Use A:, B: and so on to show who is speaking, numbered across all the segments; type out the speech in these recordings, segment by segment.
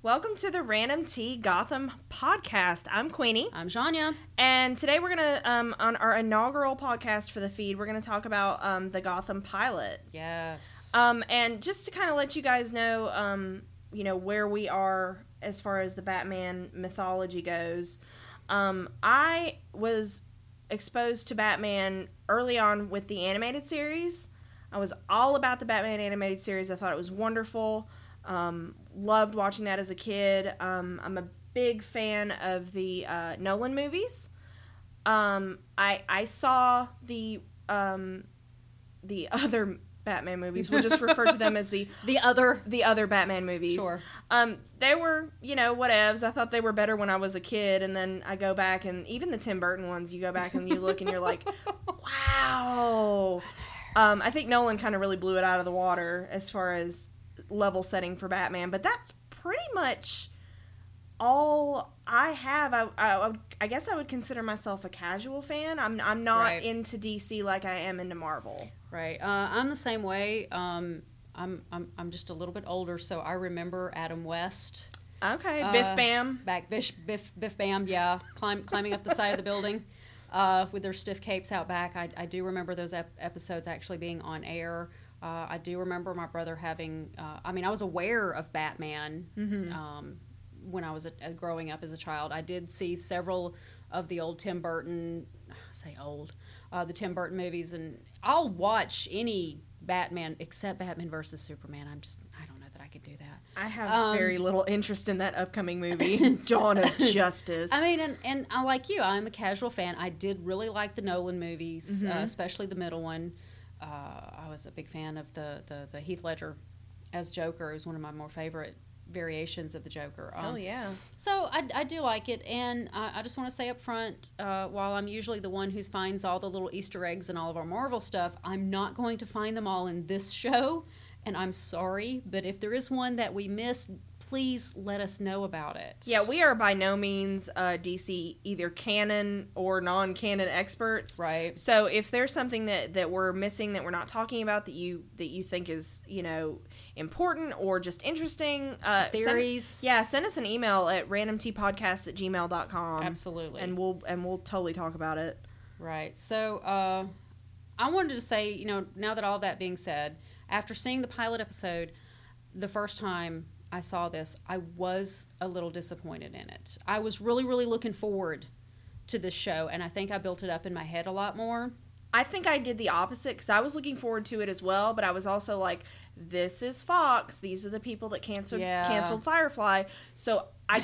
A: Welcome to the Random Tea Gotham podcast. I'm Queenie,
B: I'm Shania.
A: and today we're gonna um, on our inaugural podcast for the feed. We're gonna talk about um, the Gotham pilot,
B: Yes.
A: um, and just to kind of let you guys know, um, you know where we are as far as the Batman mythology goes. Um, I was exposed to Batman early on with the animated series. I was all about the Batman animated series. I thought it was wonderful. Um, loved watching that as a kid. Um, I'm a big fan of the uh, Nolan movies. Um, I I saw the um, the other Batman movies. We'll just refer to them as the
B: the other.
A: the other Batman movies.
B: Sure.
A: Um, they were you know whatevs. I thought they were better when I was a kid, and then I go back and even the Tim Burton ones. You go back and you look and you're like, wow. Um, I think Nolan kind of really blew it out of the water as far as level setting for Batman, but that's pretty much all I have. I, I, I guess I would consider myself a casual fan. I'm, I'm not
B: Right.
A: into DC like I am into Marvel.
B: Right. Uh, I'm the same way. Um, I'm, I'm I'm just a little bit older, so I remember Adam West
A: Okay, Biff
B: Uh,
A: Bam.
B: back biff biff biff bam yeah climb, climbing up the side of the building uh, with their stiff capes out back. I, I do remember those ep- episodes actually being on air. Uh, I do remember my brother having. Uh, I mean, I was aware of Batman um, when I was a, a- growing up as a child. I did see several of the old Tim Burton, I say old, uh, the Tim Burton movies, and I'll watch any Batman except Batman versus Superman. I'm just, I don't know that I could do that.
A: I have
B: Um,
A: very little interest in that upcoming movie, Dawn of Justice.
B: I mean, and, and I like you. I'm a casual fan. I did really like the Nolan movies,
A: Mm-hmm.
B: uh, especially the middle one. Uh, I was a big fan of the, the, the Heath Ledger as Joker. It was one of my more favorite variations of the Joker. Um,
A: oh yeah.
B: So I, I do like it, and I, I just want to say up front, uh, while I'm usually the one who finds all the little Easter eggs and all of our Marvel stuff, I'm not going to find them all in this show, and I'm sorry. But if there is one that we missed, please let us know about it.
A: Yeah, we are by no means uh, DC either canon or non-canon experts.
B: right.
A: So if there's something that that we're missing that we're not talking about that you that you think is you know important or just interesting, uh, send-
B: Theories.
A: yeah, send us an email at randomtpodcast at gmail.com.
B: Absolutely.
A: Um, And we'll and we'll totally talk about it.
B: right. So uh, I wanted to say, you know, now that all that being said, after seeing the pilot episode, the first time I saw this, I was a little disappointed in it. I was really, really looking forward to this show, and I think I built it up in my head a lot more.
A: I think I did the opposite because I was looking forward to it as well, but I was also like, "This is Fox. These are the people that canceled
B: Yeah.
A: canceled Firefly." So I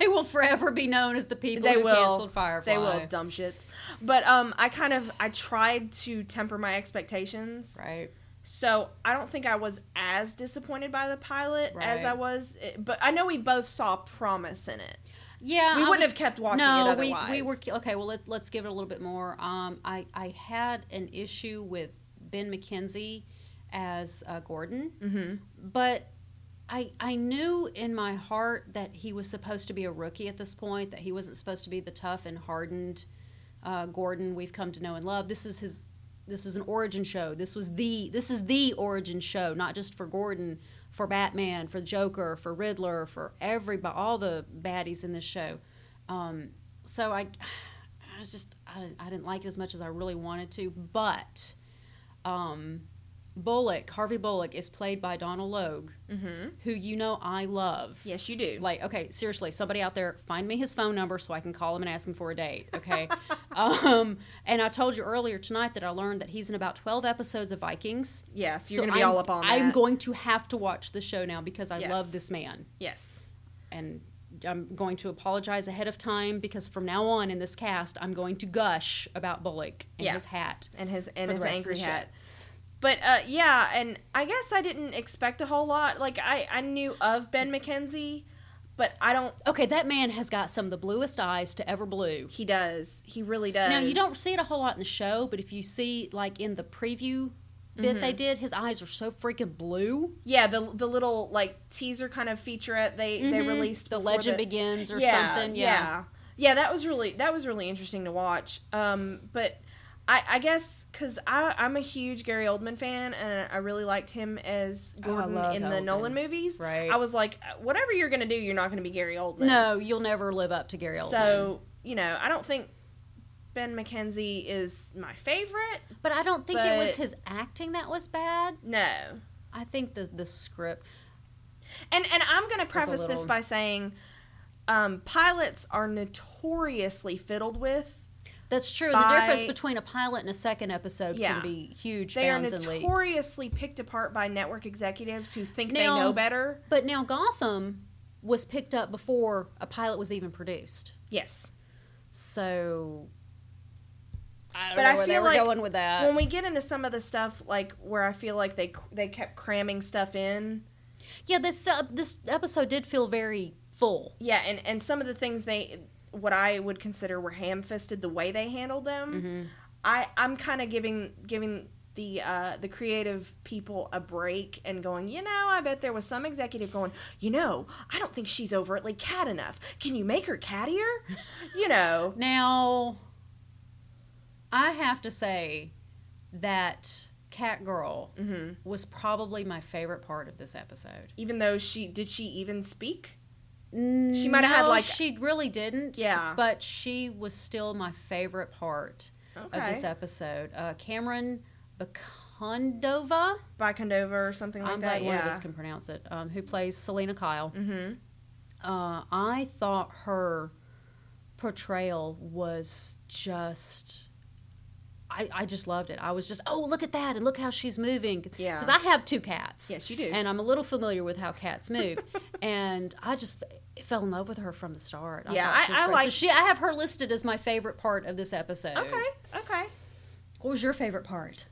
B: they will forever be known as the people
A: they
B: who
A: will
B: canceled Firefly.
A: They will dumb shits. But um, I kind of I tried to temper my expectations,
B: Right.
A: so I don't think I was as disappointed by the pilot as
B: Right.
A: I was. eh, But I know we both saw promise in it.
B: Yeah,
A: We
B: I
A: wouldn't
B: was-
A: have kept watching
B: no,
A: it
B: we
A: otherwise.
B: we were okay. Well, let, let's give it a little bit more. Um, I I had an issue with Ben McKenzie as uh, Gordon,
A: Mm-hmm.
B: but I I knew in my heart that he was supposed to be a rookie at this point. That he wasn't supposed to be the tough and hardened uh, Gordon we've come to know and love. This is his. This is an origin show. This was the this is the origin show, not just for Gordon, for Batman, for Joker, for Riddler, for everybody, all the baddies in this show. Um, so I, I was just I didn't, I didn't like it as much as I really wanted to. But um, Bullock, Harvey Bullock, is played by Donald Logue,
A: Mm-hmm.
B: who you know I love.
A: Yes, you do.
B: Like, okay, seriously, somebody out there, find me his phone number so I can call him and ask him for a date. Okay. um, and I told you earlier tonight that I learned that he's in about twelve episodes of Vikings.
A: yeah, so you're gonna be
B: I'm-
A: all up on
B: I'm
A: that.
B: going to have to watch the show now because I
A: Yes.
B: love this man
A: yes.
B: and I'm going to apologize ahead of time because from now on in this cast, I'm going to gush about Bullock and
A: Yeah.
B: his hat.
A: and his and
B: for
A: his
B: the rest of
A: angry
B: the
A: hat. But uh, yeah, and I guess I didn't expect a whole lot. Like I, I knew of Ben McKenzie, but I don't.
B: Okay, that man has got some of the bluest eyes to ever blue.
A: He does. He really does.
B: Now you don't see it a whole lot in the show, but if you see like in the preview bit
A: Mm-hmm.
B: they did, his eyes are so freaking blue.
A: Yeah, the the little like teaser kind of featurette they they
B: Mhm.
A: released.
B: the
A: before
B: legend begins or something.
A: yeah, yeah, that was really that was really interesting to watch. Um, but I, I guess because I'm a huge Gary Oldman fan and I really liked him as
B: Oh, I
A: Gordon
B: love
A: in the
B: Oldman.
A: Nolan movies.
B: Right.
A: I was like, whatever you're going to do, you're not going to be Gary Oldman.
B: No, you'll never live up to Gary Oldman.
A: So, you know, I don't think Ben McKenzie is my favorite.
B: but I don't think it was
A: but-
B: his acting that was bad.
A: No.
B: I think the the script.
A: And and I'm going to preface this
B: little-
A: by saying um, pilots are notoriously fiddled with.
B: That's true. the
A: By-
B: difference between a pilot and a second episode
A: Yeah.
B: can be huge
A: They are
B: bounds and leaps.
A: notoriously picked apart by network executives who think
B: Now-
A: they know better.
B: But now Gotham was picked up before a pilot was even produced.
A: Yes.
B: So I don't
A: But
B: know
A: I
B: where they
A: feel
B: were
A: like
B: going with that.
A: when we get into some of the stuff like where I feel like they they kept cramming stuff in,
B: yeah, this uh, this episode did feel very full.
A: yeah, and and some of the things they what I would consider were ham-fisted the way they handled them.
B: Mm-hmm.
A: I I'm kind of giving giving the uh, the creative people a break and going, you know, I bet there was some executive going, you know, I don't think she's overtly cat enough. Can you make her cattier? You know,
B: Now, I have to say that Cat Girl
A: Mhm.
B: was probably my favorite part of this episode.
A: even though she did she even speak?
B: She
A: might have had, like-
B: she really didn't.
A: Yeah.
B: but she was still my favorite part of this
A: Okay,
B: episode. Uh, Cameron Bakondova.
A: by Condover or something like
B: I'm
A: that.
B: glad one
A: yeah.
B: of us can pronounce it. Um, who plays Selena Kyle?
A: mm-hmm.
B: Uh, I thought her portrayal was just. I, I just loved it. I was just, oh, look at that, and look how she's moving.
A: Yeah.
B: Because I have two cats.
A: Yes, you do.
B: And I'm a little familiar with how cats move. and I just f- fell in love with her from the start.
A: Yeah,
B: thought she
A: I- I
B: was great. So
A: like-
B: she, I have her listed as my favorite part of this episode.
A: Okay. Okay.
B: What was your favorite part?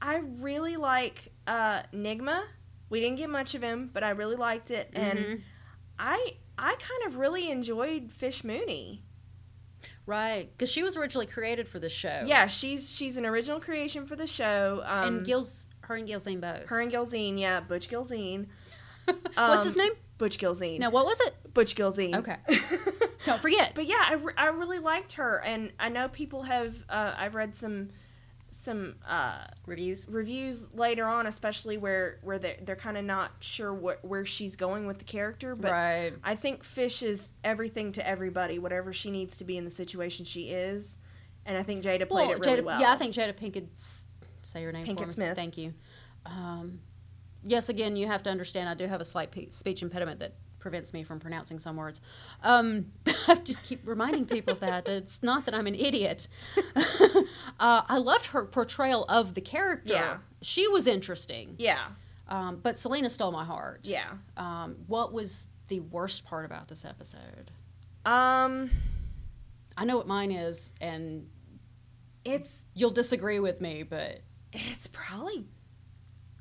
A: I really like uh, Nigma. We didn't get much of him, but I really liked it, and
B: Mhm.
A: I I kind of really enjoyed Fish Mooney.
B: Right, because she was originally created for the show.
A: Yeah, she's she's an original creation for the show. Um,
B: Oh. and Gil's, her and Gilzine both.
A: her and Gilzine, yeah, Butch Gilzine, um,
B: What's his name?
A: Butch Gilzine.
B: No, what was it?
A: Butch Gilzine.
B: Okay. Don't forget.
A: but yeah, I, re- I really liked her, and I know people have. Uh, I've read some some. Uh,
B: Reviews.
A: reviews later on, especially where where they're, they're kind of not sure what where she's going with the character. But
B: right.
A: I think Fish is everything to everybody, whatever she needs to be in the situation she is, and I think Jada played it really
B: Jada,
A: well.
B: Yeah, I think Jada Pinkett. S- Say her name. for
A: Pinkett
B: me.
A: Smith.
B: Thank you. Um, yes, again, you have to understand. I do have a slight pe- speech impediment that prevents me from pronouncing some words. Um, I just keep reminding people of that. that It's not that I'm an idiot. uh, I loved her portrayal of the character.
A: Yeah.
B: She was interesting.
A: yeah,
B: Um, but Selena stole my heart.
A: yeah.
B: Um, what was the worst part about this episode?
A: Um,
B: I know what mine is, and
A: it's
B: you'll disagree with me, but
A: it's probably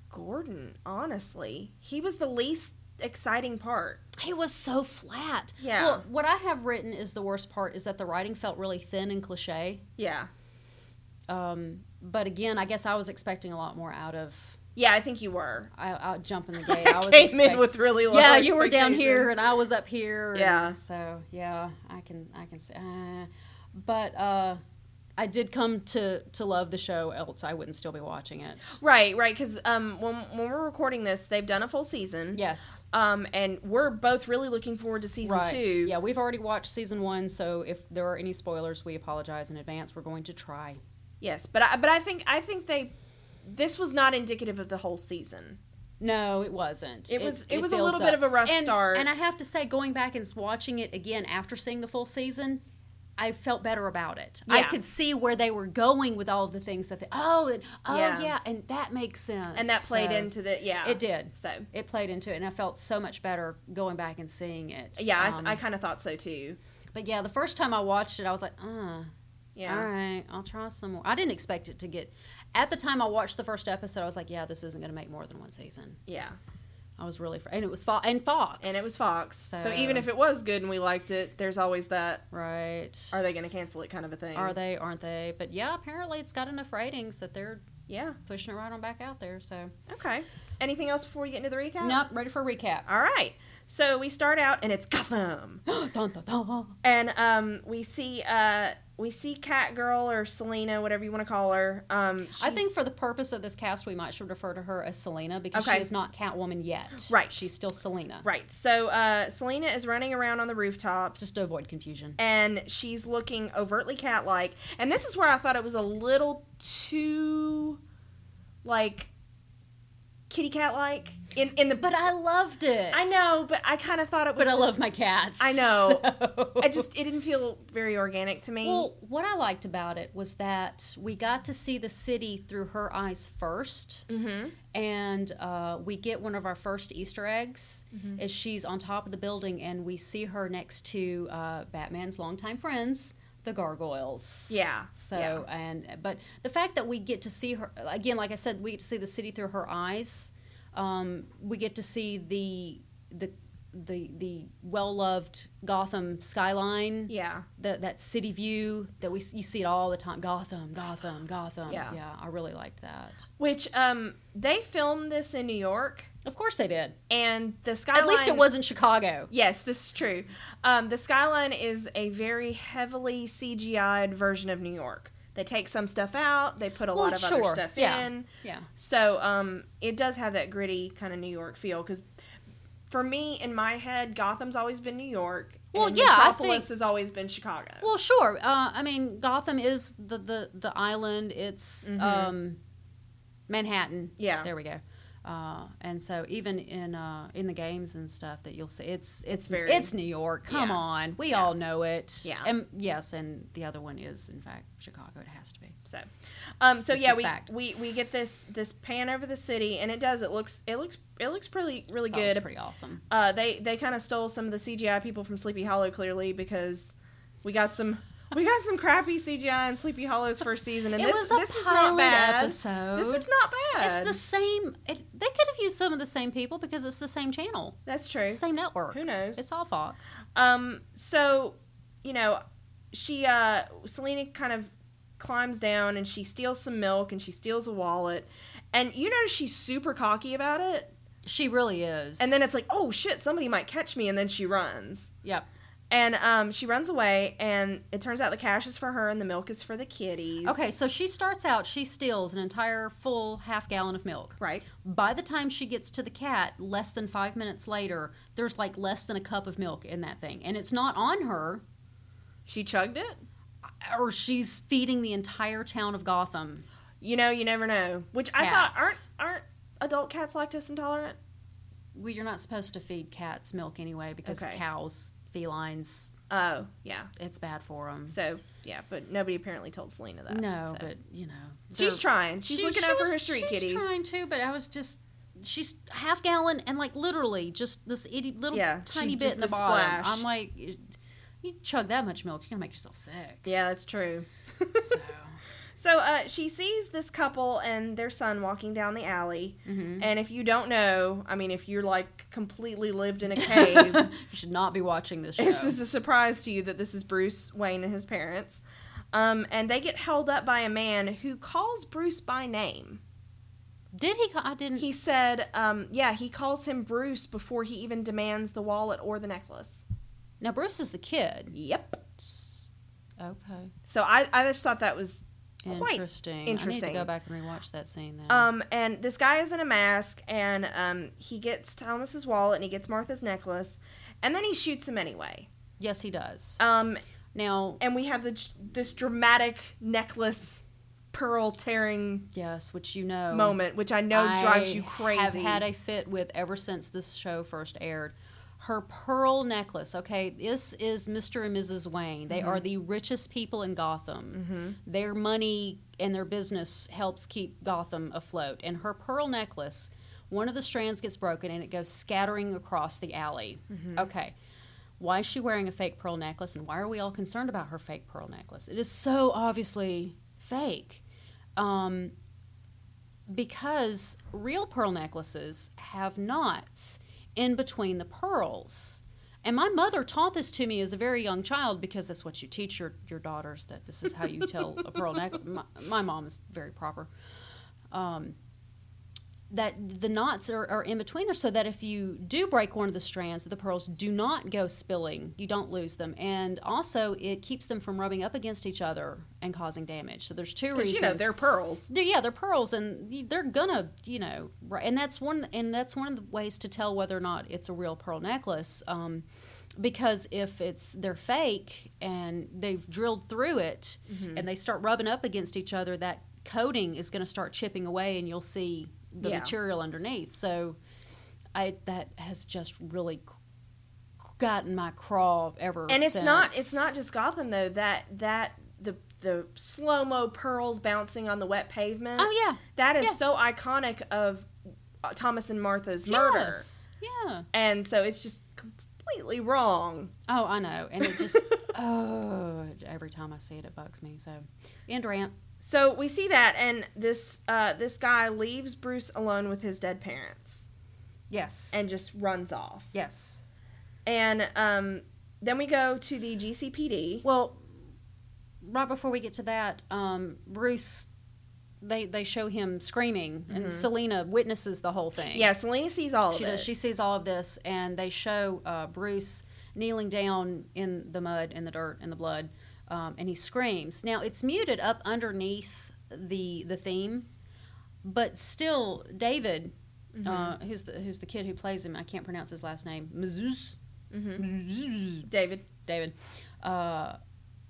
A: Gordon. Honestly, he was the least exciting part.
B: He was so flat.
A: Yeah.
B: Well, what I have written is the worst part is that the writing felt really thin and cliche.
A: Yeah,
B: Um, but again, I guess I was expecting a lot more out of.
A: yeah. I think you were.
B: I, I'll jump in the gate.
A: I
B: I was
A: came in
B: expect-
A: with really low.
B: yeah, you were down
A: expectations.
B: here and I was up here. and
A: Yeah.
B: So yeah, I can I can say, uh, but uh, I did come to to love the show. Else I wouldn't still be watching it.
A: Right, right. Because um, when when we're recording this, they've done a full season.
B: Yes.
A: Um, and we're both really looking forward to season
B: right.
A: two.
B: Yeah, we've already watched season one, so if there are any spoilers, we apologize in advance. We're going to try.
A: Yes, but I, but I think I think they this was not indicative of the whole season.
B: No, it wasn't.
A: It was- it was a
B: builds
A: little bit of a rough
B: and,
A: start.
B: And I have to say, going back and s- watching it again after seeing the full season, I felt better about it. I
A: Yeah.
B: could see where they were going with all of the things that they oh and, oh
A: Yeah.
B: yeah. and that makes sense.
A: And that played
B: So,
A: into the yeah.
B: It did.
A: So
B: It played into it, and I felt so much better going back and seeing it.
A: yeah, I,
B: Um,
A: I kind of thought so too.
B: but yeah, the first time I watched it, I was like, uh,
A: Yeah.
B: all right, I'll try some more. I didn't expect it to get. At the time I watched the first episode, I was like, yeah, this isn't going to make more than one season.
A: Yeah.
B: I was really, fr- and it was Fo- and Fox,
A: And it was Fox. So,
B: So-
A: even if it was good and we liked it, there's always that
B: Right. Are,
A: are they going to cancel it kind of a thing.
B: they? Aren't they? But yeah, apparently it's got enough ratings that they're
A: Yeah.
B: pushing it right on back out there. So
A: Okay. Anything else before we get into the recap?
B: nope. Ready for a recap?
A: All right. So we start out and it's Gotham,
B: dun, dun, dun.
A: and um, we see uh, we see Catgirl or Selena, whatever you want to call her. Um,
B: I
A: she's-
B: think for the purpose of this cast, we might should refer to her as Selena because
A: Okay.
B: she is not Catwoman yet.
A: Right.
B: She's still Selena.
A: right. So uh, Selena is running around on the rooftops.
B: Just to avoid confusion.
A: and she's looking overtly cat like. And this is where I thought it was a little too like kitty cat like in in the
B: But I loved it.
A: I know, but I kind of thought it was
B: But I
A: just-
B: love my cats.
A: I know.
B: so-
A: I just it didn't feel very organic to me.
B: Well, what I liked about it was that we got to see the city through her eyes first,
A: mm-hmm.
B: and uh, we get one of our first Easter eggs.
A: Mm-hmm.
B: Is she's on top of the building, and we see her next to uh, Batman's longtime friends, the Gargoyles.
A: Yeah,
B: So
A: yeah.
B: and but the fact that we get to see her again, like I said, we get to see the city through her eyes. Um, we get to see the the the the well loved Gotham skyline
A: Yeah.
B: the, that city view that we you see it all the time. Gotham, Gotham, Gotham.
A: Yeah.
B: I really liked that.
A: Which um they filmed this in New York
B: Of course they did.
A: and the skyline
B: At least it wasn't Chicago.
A: Yes, this is true. Um, the skyline is a very heavily CGI'd version of New York. They take some stuff out, they put a lot of other stuff
B: yeah.
A: in.
B: Yeah.
A: So um, it does have that gritty kind of New York feel because for me in my head, Gotham's always been New York.
B: Well,
A: and
B: yeah, I
A: Metropolis
B: think-
A: has always been Chicago.
B: Well, sure. Uh, I mean, Gotham is the the, the island. It's
A: Mhm.
B: um, Manhattan.
A: Yeah.
B: There we go. Uh, and so even in uh, in the games and stuff that you'll see, it's it's
A: Very-
B: very it's New York. Come
A: Yeah.
B: on, we
A: Yeah.
B: all know it.
A: Yeah.
B: And yes, and the other one is in fact Chicago. It has to be.
A: so, um, so
B: This
A: yeah,
B: is
A: we,
B: fact.
A: we we get this this pan over the city, and it does. It looks it looks it looks pretty really
B: Thought it was
A: good.
B: pretty awesome.
A: Uh, they they kind of stole some of the CGI people from Sleepy Hollow clearly because we got some we got some crappy CGI in Sleepy Hollow's first season, and
B: It
A: this
B: was a
A: this is not
B: pilot
A: bad.
B: episode.
A: This is not bad.
B: It's the same. It, they could have used some of the same people because it's the same channel,
A: That's true.
B: same network.
A: Who knows?
B: It's all Fox.
A: Um, so, you know, she uh Selena kind of climbs down and she steals some milk and she steals a wallet. And you notice she's super cocky about it.
B: She really is.
A: And then it's like, oh shit, somebody might catch me and then she runs.
B: yep.
A: And um she runs away and it turns out the cash is for her and the milk is for the kitties.
B: Okay, so she starts out. She steals an entire full half gallon of milk.
A: Right.
B: By the time she gets to the cat, less than five minutes later, there's like less than a cup of milk in that thing, and it's not on her,
A: She chugged it.
B: or she's feeding the entire town of Gotham.
A: You know, you never know. Which I thought aren't
B: Cats.
A: aren't adult cats lactose intolerant?
B: Well, you're not supposed to feed cats milk anyway because
A: Okay.
B: cows, felines,
A: Oh, yeah.
B: it's bad for them.
A: So yeah, but nobody apparently told Selena that.
B: No,
A: so.
B: but you know,
A: She's
B: they're-
A: trying. She's
B: she-
A: looking
B: she
A: out for
B: was-
A: her street
B: she's
A: kitties.
B: trying to, but I was just she's half gallon and like literally just this itty little
A: Yeah, she
B: tiny bit
A: just
B: in the
A: the
B: bottom.
A: splash.
B: I'm like, you you chug that much milk, you're gonna make yourself sick.
A: Yeah, that's true.
B: So,
A: so uh, she sees this couple and their son walking down the alley.
B: mhm.
A: And if you don't know, I mean, if you're like completely lived in a cave,
B: you should not be watching this show.
A: this is a surprise to you that this is Bruce Wayne and his parents. Um, and they get held up by a man who calls Bruce by name.
B: Did he? ca- I didn't.
A: He said, um, yeah, he calls him Bruce before he even demands the wallet or the necklace.
B: now Bruce is the kid.
A: Yep.
B: Okay,
A: So I, I just thought that was quite
B: interesting. I
A: interesting.
B: need to go back and rewatch that scene then.
A: Um, and this guy is in a mask, and um, he gets Thomas's wallet and he gets Martha's necklace, and then he shoots him anyway.
B: yes, he does.
A: Um,
B: now,
A: and we have the, this dramatic necklace pearl tearing
B: yes, which you know,
A: moment, which I know drives you
B: I have
A: crazy.
B: had a fit with ever since this show first aired. Her pearl necklace. Okay, this is Mr. and Mrs. Wayne. They
A: Mm-hmm.
B: are the richest people in Gotham. Their money and their business helps keep Gotham afloat. And her pearl necklace, one of the strands gets broken and it goes scattering across the alley.
A: Mm-hmm.
B: Okay. Why is she wearing a fake pearl necklace and why are we all concerned about her fake pearl necklace? It is so obviously fake. Um, because real pearl necklaces have knots in between the pearls. And my mother taught this to me as a very young child because that's what you teach your, your daughters that this is how you tell a pearl necklace. My, my mom is very proper. Um, that the knots are, are in between there so that if you do break one of the strands the pearls do not go spilling you don't lose them and also it keeps them from rubbing up against each other and causing damage so there's two
A: Because
B: reasons
A: you know they're pearls.
B: they're, yeah, they're pearls, and y- they're gonna, you know, ri- and that's one, and that's one of the ways to tell whether or not it's a real pearl necklace, um, because if it's they're fake and they've drilled through it,
A: Mm-hmm.
B: and they start rubbing up against each other, that coating is gonna start chipping away, and you'll see the
A: Yeah.
B: material underneath. So, I that has just really c- gotten my craw ever.
A: and it's not it's
B: since.
A: not just Gotham though. That that the the slow mo pearls bouncing on the wet pavement.
B: Oh yeah,
A: That is
B: yeah.
A: so iconic of uh, Thomas and Martha's murder.
B: Yes. Yeah.
A: And so it's just completely wrong.
B: Oh, I know. And it just, oh, every time I see it, it bugs me. So, end rant.
A: So we see that, and this uh, this guy leaves Bruce alone with his dead parents
B: Yes.
A: and just runs off.
B: yes.
A: And um, then we go to the GCPD.
B: Well, right before we get to that, um, Bruce, they, they show him screaming, and Selena witnesses the whole thing.
A: Yeah, Selena sees all
B: She
A: of
B: does.
A: it.
B: She sees all of this, and they show uh, Bruce kneeling down in the mud, in the dirt, in the blood, um, and he screams. Now it's muted up underneath the the theme, but still, David,
A: Mm-hmm.
B: uh, who's the who's the kid who plays him? I can't pronounce his last name. Mazuz.
A: Mm-hmm. David.
B: David. Uh,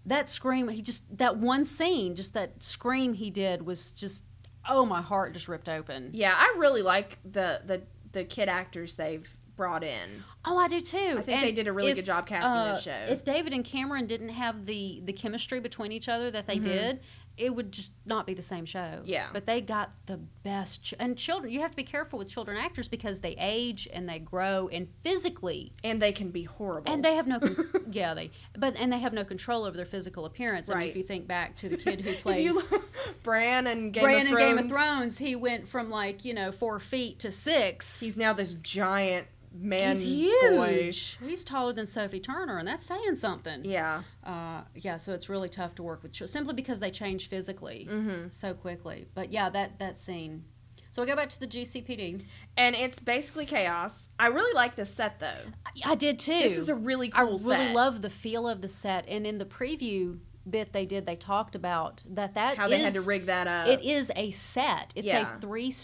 B: that scream, he just that one scene, just that scream he did was just oh my heart just ripped open.
A: Yeah, I really like the the the kid actors they've brought in.
B: Oh, I do too. I
A: think they did a really good job casting this show.
B: If David and Cameron didn't have the the chemistry between each other that they did, it would just not be the same show.
A: Mm-hmm. Yeah.
B: But they got the best. Ch- and children, you have to be careful with children actors because they age and they grow and physically,
A: And they can be horrible.
B: and they have no. Con- yeah, they. But and they have no control over their physical appearance. I mean,
A: Right.
B: if you think back to the kid who
A: If
B: plays.
A: you Bran and Game
B: Bran
A: of
B: in
A: Thrones.
B: Game of Thrones, he went from like you know four feet to six.
A: He's now this giant man
B: He's
A: boy.
B: huge. He's taller than Sophie Turner, and that's saying something.
A: Yeah.
B: uh, yeah, so it's really tough to work with chil- simply because they change physically so quickly. But yeah, that that scene. So we go back to the GCPD.
A: And it's basically chaos. I really like this set though.
B: I, I did too.
A: This is a really cool
B: I really
A: set.
B: love the feel of the set, and in the preview bit they did, they talked about that that
A: how they had to
B: is-
A: rig that up.
B: It is a set. It's
A: Yeah.
B: a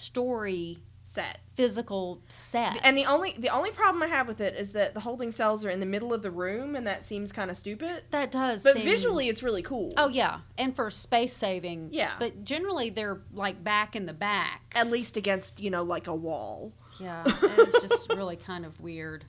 B: three-story
A: set.
B: physical set.
A: And the only the only problem I have with it is that the holding cells are in the middle of the room and that seems kind of stupid.
B: that does,
A: But
B: seem-
A: visually it's really cool.
B: Oh yeah, and for space saving.
A: Yeah.
B: But generally they're like back in the back.
A: At least against, you know, like a wall.
B: Yeah, it's just really kind of weird.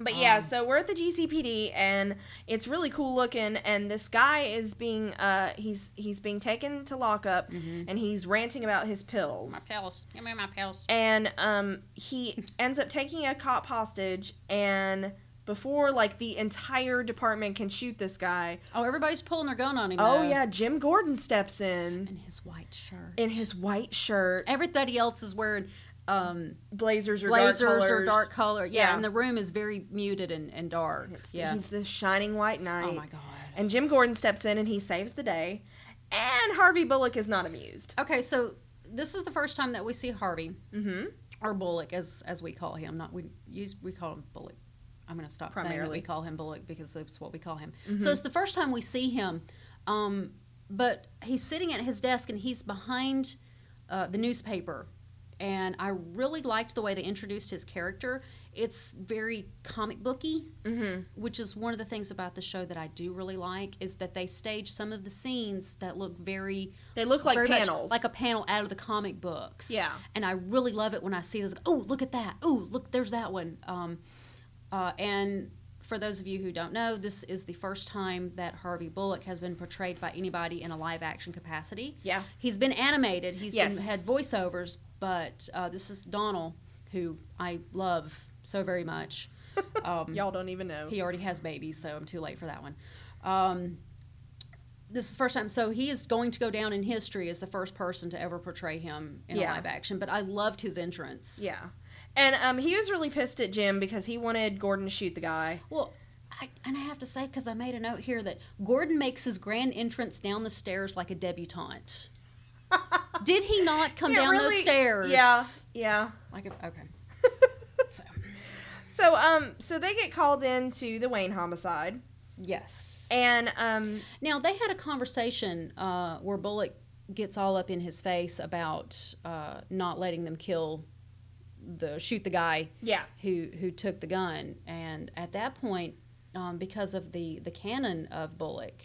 A: But yeah,
B: Um,
A: so we're at the GCPD and it's really cool looking and this guy is being uh he's he's being taken to lockup
B: Mm-hmm.
A: and he's ranting about his pills.
B: pills. Give me my pills.
A: And um he ends up taking a cop hostage and before like the entire department can shoot this guy.
B: Oh, everybody's pulling their gun on him.
A: Oh
B: though.
A: yeah, Jim Gordon steps in
B: in his white shirt.
A: in his white shirt,
B: Everybody else is wearing um,
A: blazers or
B: blazers
A: dark colors.
B: or dark color. Yeah,
A: Yeah.
B: and the room is very muted and, and dark.
A: It's-
B: yeah.
A: He's the shining white knight.
B: oh my god.
A: And Jim Gordon steps in and he saves the day. And Harvey Bullock is not amused.
B: Okay, so this is the first time that we see Harvey
A: Mm-hmm.
B: or Bullock, as as we call him. Not we use we call him Bullock. I'm going to stop saying that
A: Primarily. Mm-hmm.
B: we call him Bullock because that's what we call him. So it's the first time we see him, um, but he's sitting at his desk and he's behind uh, the newspaper. And I really liked the way they introduced his character. It's very comic booky,
A: Mm-hmm.
B: which is one of the things about the show that I do really like is that they stage some of the scenes that look very
A: They look like
B: very much
A: panels.
B: like a panel out of the comic books.
A: Yeah.
B: And I really love it when I see those. Oh, look at that. Oh, look, there's that one. Um, uh, and for those of you who don't know, this is the first time that Harvey Bullock has been portrayed by anybody in a live action capacity.
A: Yeah.
B: He's been animated. He's
A: Yes.
B: been, had voiceovers, but uh, this is Donald, who I love so very much. Um,
A: Y'all don't even know.
B: he already has babies, so I'm too late for that one. Um, this is the first time, so he is going to go down in history as the first person to ever portray him in
A: Yeah.
B: a live action. But I loved his entrance.
A: yeah. And um, he was really pissed at Jim because he wanted Gordon to shoot the guy.
B: Well, I, and I have to say because I made a note here that Gordon makes his grand entrance down the stairs like a debutante. Did he not come
A: It
B: down those
A: really-
B: stairs?
A: Yeah, yeah.
B: Like if- okay. so
A: So um, so they get called into the Wayne homicide,
B: yes.
A: and um,
B: Now they had a conversation uh, where Bullock gets all up in his face about uh, not letting them kill the shoot the guy
A: yeah,
B: who who took the gun, and at that point, um, because of the the canon of Bullock,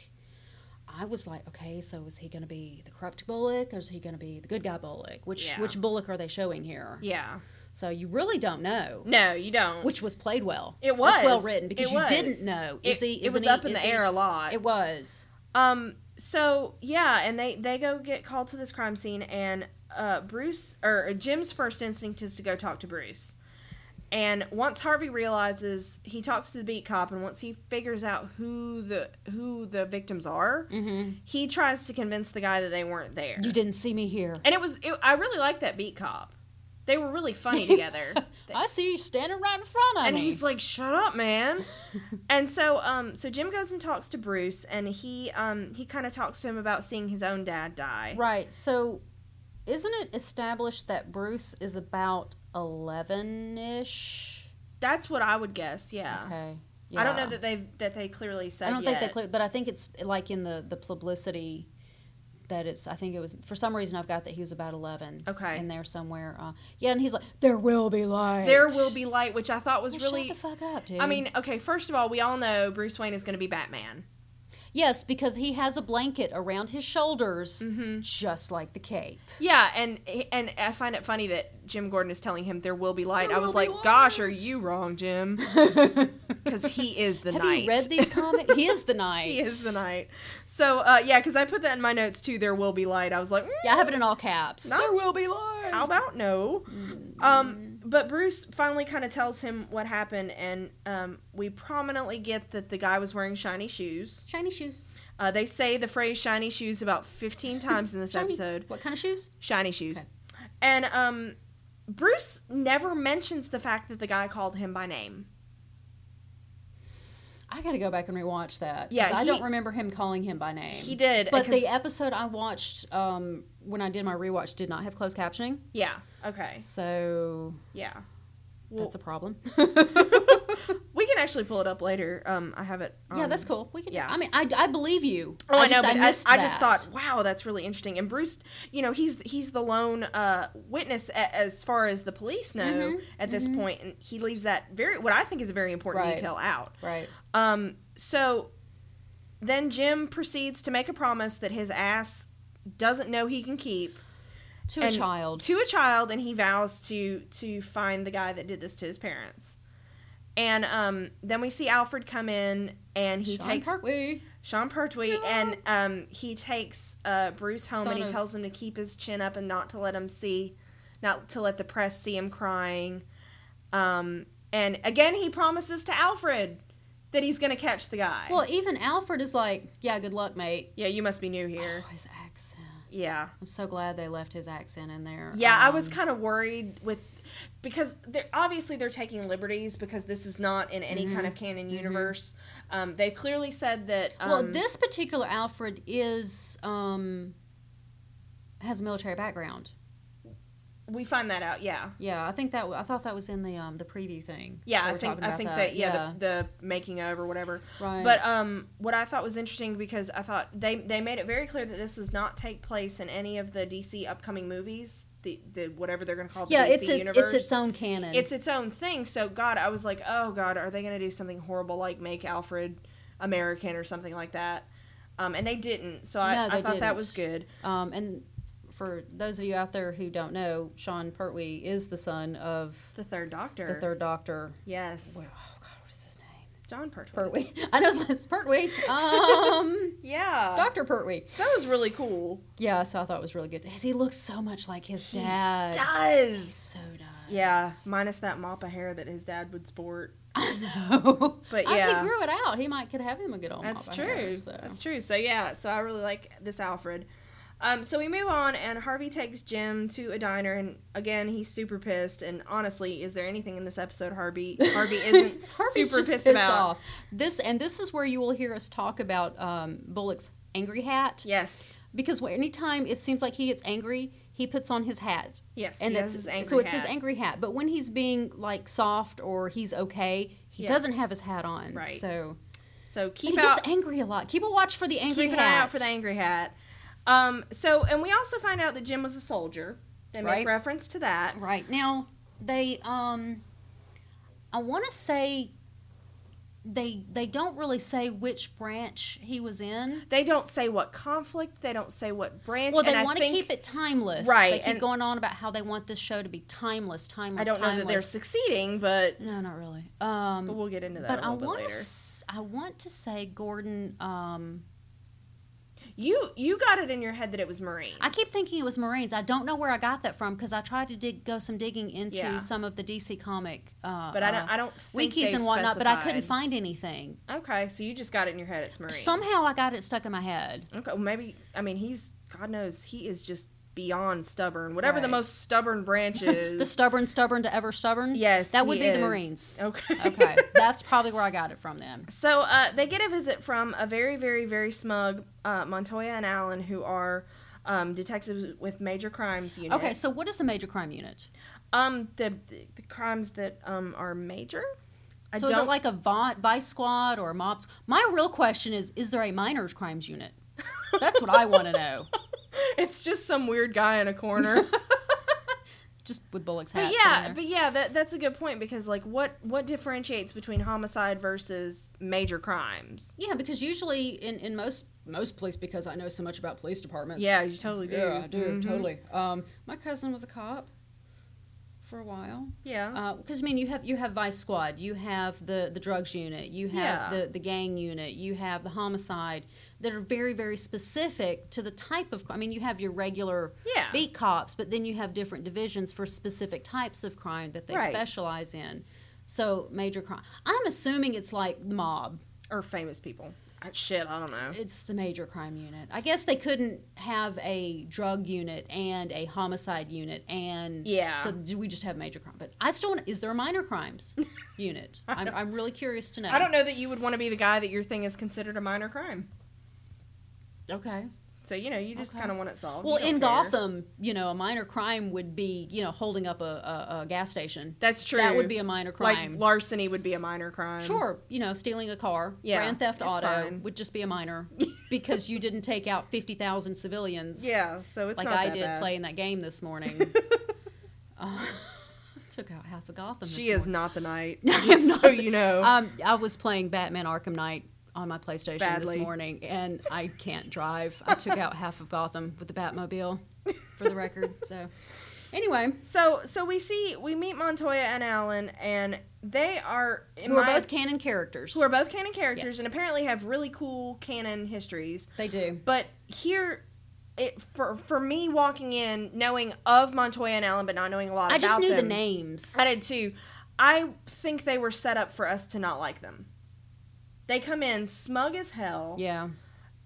B: I was like, okay, so is he going to be the corrupt Bullock, or is he going to be the good guy Bullock? Which
A: Yeah.
B: which Bullock are they showing here?
A: yeah.
B: So you really don't know,
A: No, you don't.
B: which was played well.
A: It
B: That's well
A: was.
B: written because
A: It
B: you
A: was.
B: didn't know.
A: it,
B: Is he?
A: it was
B: isn't he-
A: up in
B: is
A: the
B: he-
A: air a lot.
B: It was.
A: Um. So yeah, and they they go get called to this crime scene, and uh, Bruce or Jim's first instinct is to go talk to Bruce. And once Harvey realizes, he talks to the beat cop, and once he figures out who the who the victims are,
B: hmm
A: he tries to convince the guy that they weren't there.
B: You didn't see me here.
A: And it was it, I really liked that beat cop. They were really funny together.
B: I see you standing right in front of
A: and
B: me.
A: he's like, "Shut up, man." and so, um, so Jim goes and talks to Bruce, and he, um, he kind of talks to him about seeing his own dad die.
B: right. So, isn't it established that Bruce is about eleven ish?
A: That's what I would guess. Yeah.
B: Okay.
A: I don't
B: Yeah.
A: know that they that they clearly said.
B: I don't
A: yet.
B: think they, cle- but I think it's like in the the publicity that it's. I think it was for some reason I've got that he was about eleven.
A: Okay.
B: In there somewhere. Uh, yeah, and he's like, there will be light.
A: There will be light, which I thought was
B: Well,
A: really.
B: Shut the fuck up, dude.
A: I mean, okay. First of all, we all know Bruce Wayne is going to be Batman.
B: yes, because he has a blanket around his shoulders,
A: Mhm.
B: just like the cape.
A: Yeah, and and I find it funny that Jim Gordon is telling him there will be light.
B: There
A: I was
B: will be
A: like, "Gosh,
B: light."
A: are you wrong, Jim?" Because he is the
B: Have
A: night.
B: you read these comics? he is the night.
A: He is the night. So uh, yeah, because I put that in my notes too. There will be light. I was like, mm,
B: Yeah, I have it in all caps.
A: Not-
B: there will be light.
A: how about no?
B: Mm-hmm.
A: Um, but Bruce finally kind of tells him what happened, and um, we prominently get that the guy was wearing shiny shoes.
B: Shiny shoes.
A: Uh, they say the phrase "shiny shoes" about fifteen times in this
B: Shiny.
A: episode.
B: What kind of shoes?
A: Shiny shoes,
B: Okay.
A: and um, Bruce never mentions the fact that the guy called him by name.
B: I got to go back and rewatch that. 'cause
A: Yeah,
B: I
A: he-
B: don't remember him calling him by name.
A: He did, uh,
B: But
A: 'cause-
B: the episode I watched um, when I did my rewatch did not have closed captioning,
A: yeah, okay,
B: so
A: yeah. Well,
B: that's a problem.
A: we can actually pull it up later. Um, I have it.
B: yeah,
A: on-
B: that's cool. We can.
A: yeah.
B: I mean, I, I believe you.
A: Oh, I, know,
B: just,
A: but I,
B: missed
A: I, just
B: that.
A: thought, wow, that's really interesting. And Bruce, you know, he's he's the lone uh, witness a, as far as the police know
B: Mhm,
A: at this
B: mhm.
A: point, and he leaves that very what I think is a very important
B: Right.
A: detail out.
B: Right.
A: Um, so then Jim proceeds to make a promise that his ass doesn't know he can keep
B: To a
A: And
B: child.
A: to a child, and he vows to to find the guy that did this to his parents. And um, then we see Alfred come in, and he
B: Sean
A: takes
B: Parkway.
A: Sean Pertwee,
B: Yeah.
A: and um, he takes uh, Bruce home
B: Son
A: and he
B: of-
A: tells him to keep his chin up and not to let him see, not to let the press see him crying. Um, and again, he promises to Alfred that he's going to catch the guy.
B: Well, even Alfred is like, yeah, good luck, mate.
A: yeah, you must be new here.
B: Oh, his accent.
A: Yeah.
B: I'm so glad they left his accent in there.
A: Yeah, I was
B: Um,
A: kind of worried with. Because they're, obviously they're taking liberties because this is not in any kind of canon universe. Um, they clearly said that. Um,
B: Mm-hmm. well, this particular Alfred is um, has a military background.
A: we find that out. Yeah,
B: Yeah, I think that I thought that was in the um, the preview thing.
A: yeah.
B: They
A: I
B: were
A: think
B: talking
A: I
B: about
A: think that, yeah, The, the making of or whatever.
B: yeah. right.
A: But um, what I thought was interesting because I thought they they made it very clear that this does not take place in any of the DC upcoming movies, the the whatever they're going to call the
B: yeah,
A: DC
B: it's it's,
A: universe.
B: it's its own canon.
A: It's its own thing. So God, I was like, oh God, are they going to do something horrible like make Alfred American or something like that? Um, and they didn't. So I,
B: No,
A: I
B: they
A: thought that was good.
B: um, and for those of you out there who don't know, Sean Pertwee is the son of
A: The Third Doctor.
B: the Third Doctor.
A: Yes.
B: Wait, oh God, what is his name?
A: John Pertwee.
B: Pertwee. I know it's Pertwee. Um,
A: Yeah.
B: Doctor Pertwee.
A: that was really cool.
B: Yeah, so I thought it was really good. 'Cause He looks so much like his dad. He
A: Does.
B: so does.
A: Yeah, minus that mop of hair that his dad would sport.
B: I know.
A: But
B: if
A: yeah.
B: he grew it out, he might could have him a good old.
A: That's
B: mop of
A: true.
B: hair, so.
A: That's true. So yeah, so I really like this Alfred. Um, so we move on, and Harvey takes Jim to a diner, and again he's super pissed. And honestly, is there anything in this episode Harvey Harvey isn't
B: Harvey's
A: super
B: just
A: pissed, about?
B: Off. This and this is where you will hear us talk about um, Bullock's angry hat.
A: Yes,
B: because wh- anytime it seems like he gets angry, he puts on his hat.
A: Yes,
B: and
A: he
B: that's
A: has his angry
B: so it's his
A: hat.
B: angry hat. But when he's being like soft or he's okay, he
A: Yeah.
B: doesn't have his hat on.
A: Right.
B: So
A: So
B: and
A: keep
B: he
A: out
B: gets angry a lot. Keep a watch for the angry
A: keep an
B: hat.
A: eye out for the angry hat. Um, so and we also find out that Jim was a soldier. They make
B: Right.
A: reference to that.
B: Right. Now, they um I want to say they they don't really say which branch he was in.
A: They don't say what conflict. They don't say what branch.
B: Well, they
A: and I
B: want to
A: think-
B: keep it timeless.
A: Right,
B: They keep
A: and-
B: going on about how they want this show to be timeless, timeless,
A: I don't know
B: timeless.
A: that they're succeeding, but
B: No, not really. Um
A: but we'll get into that
B: but
A: a
B: I
A: little bit
B: want
A: later.
B: to I want to say Gordon um
A: You you got it in your head that it was Marines.
B: I keep thinking it was Marines. I don't know where I got that from because I tried to dig go some digging into
A: Yeah.
B: some of the DC comic uh
A: but I don't.
B: uh,
A: I don't. Think
B: wikis
A: they
B: and whatnot, but I couldn't
A: specified.
B: find anything.
A: Okay, so you just got it in your head. It's Marine.
B: Somehow I got it stuck in my head.
A: Okay, well, maybe. I mean, he's God knows he is just beyond stubborn. Whatever the
B: Right.
A: most stubborn branch is.
B: the stubborn, stubborn to ever stubborn.
A: yes,
B: that would
A: he
B: be
A: is.
B: the Marines.
A: Okay.
B: Okay, that's probably where I got it from then.
A: So uh, they get a visit from a very, very, very smug uh, Montoya and Allen, who are um, detectives with major crimes unit.
B: Okay, so what is the major crime unit?
A: Um, the the, the crimes that um are major. I
B: so is
A: don't.
B: it like a vi- vice squad or a mob? squ- My real question is: Is there a minors crimes unit? That's what I want to know.
A: it's just some weird guy in a corner.
B: Just with bullocks hats.
A: But
B: in
A: yeah,
B: there.
A: but yeah, that that's a good point because like what what differentiates between homicide versus major crimes?
B: yeah, because usually in, in most most police, because I know so much about police departments.
A: Yeah, you totally do.
B: yeah, I do
A: Mhm.
B: totally. Um, my cousin was a cop for a while.
A: Yeah.
B: because Uh, I mean, you have you have Vice Squad, you have the the drugs unit, you have
A: Yeah.
B: the the gang unit, you have the homicide that are very very specific to the type of. I mean, you have your regular
A: yeah.
B: beat cops, but then you have different divisions for specific types of crime that they
A: Right.
B: specialize in. So major crime. I'm assuming it's like the mob.
A: or famous people. I, shit, I don't know.
B: It's the major crime unit. I guess they couldn't have a drug unit and a homicide unit and
A: Yeah.
B: So do we just have major crime? But I still want. Is there a minor crimes unit? I'm, I'm really curious to know.
A: I don't know that you would want to be the guy that your thing is considered a minor crime.
B: Okay.
A: So you know, you just
B: Okay.
A: kind of want it solved. You
B: Well,
A: don't
B: in
A: care.
B: Gotham, you know, a minor crime would be you know holding up a, a, a gas station.
A: that's true.
B: That would be a minor crime.
A: Like larceny would be a minor crime.
B: Sure, you know, stealing a car,
A: Yeah,
B: grand theft
A: it's
B: auto
A: fine.
B: would just be a minor because you didn't take out fifty thousand civilians.
A: Yeah. So it's
B: like
A: not
B: I
A: that
B: did
A: bad.
B: playing that game this morning. uh, took out half of Gotham. this
A: She is
B: morning.
A: not the knight.
B: No, I'm
A: just
B: not
A: so
B: the-
A: you know.
B: Um, I was playing Batman Arkham Knight on my PlayStation
A: Badly.
B: this morning, and I can't drive. I took out half of Gotham with the Batmobile, for the record. So, anyway,
A: so so we see we meet Montoya and Allen, and they are in
B: who are
A: my-
B: both canon characters?
A: who are both canon characters
B: Yes.
A: and apparently have really cool canon histories.
B: they do?
A: But here, it for for me walking in knowing of Montoya and Allen, but not knowing a lot.
B: I just
A: about
B: knew the
A: them,
B: names.
A: I did too. I think they were set up for us to not like them. They come in smug as hell,
B: Yeah.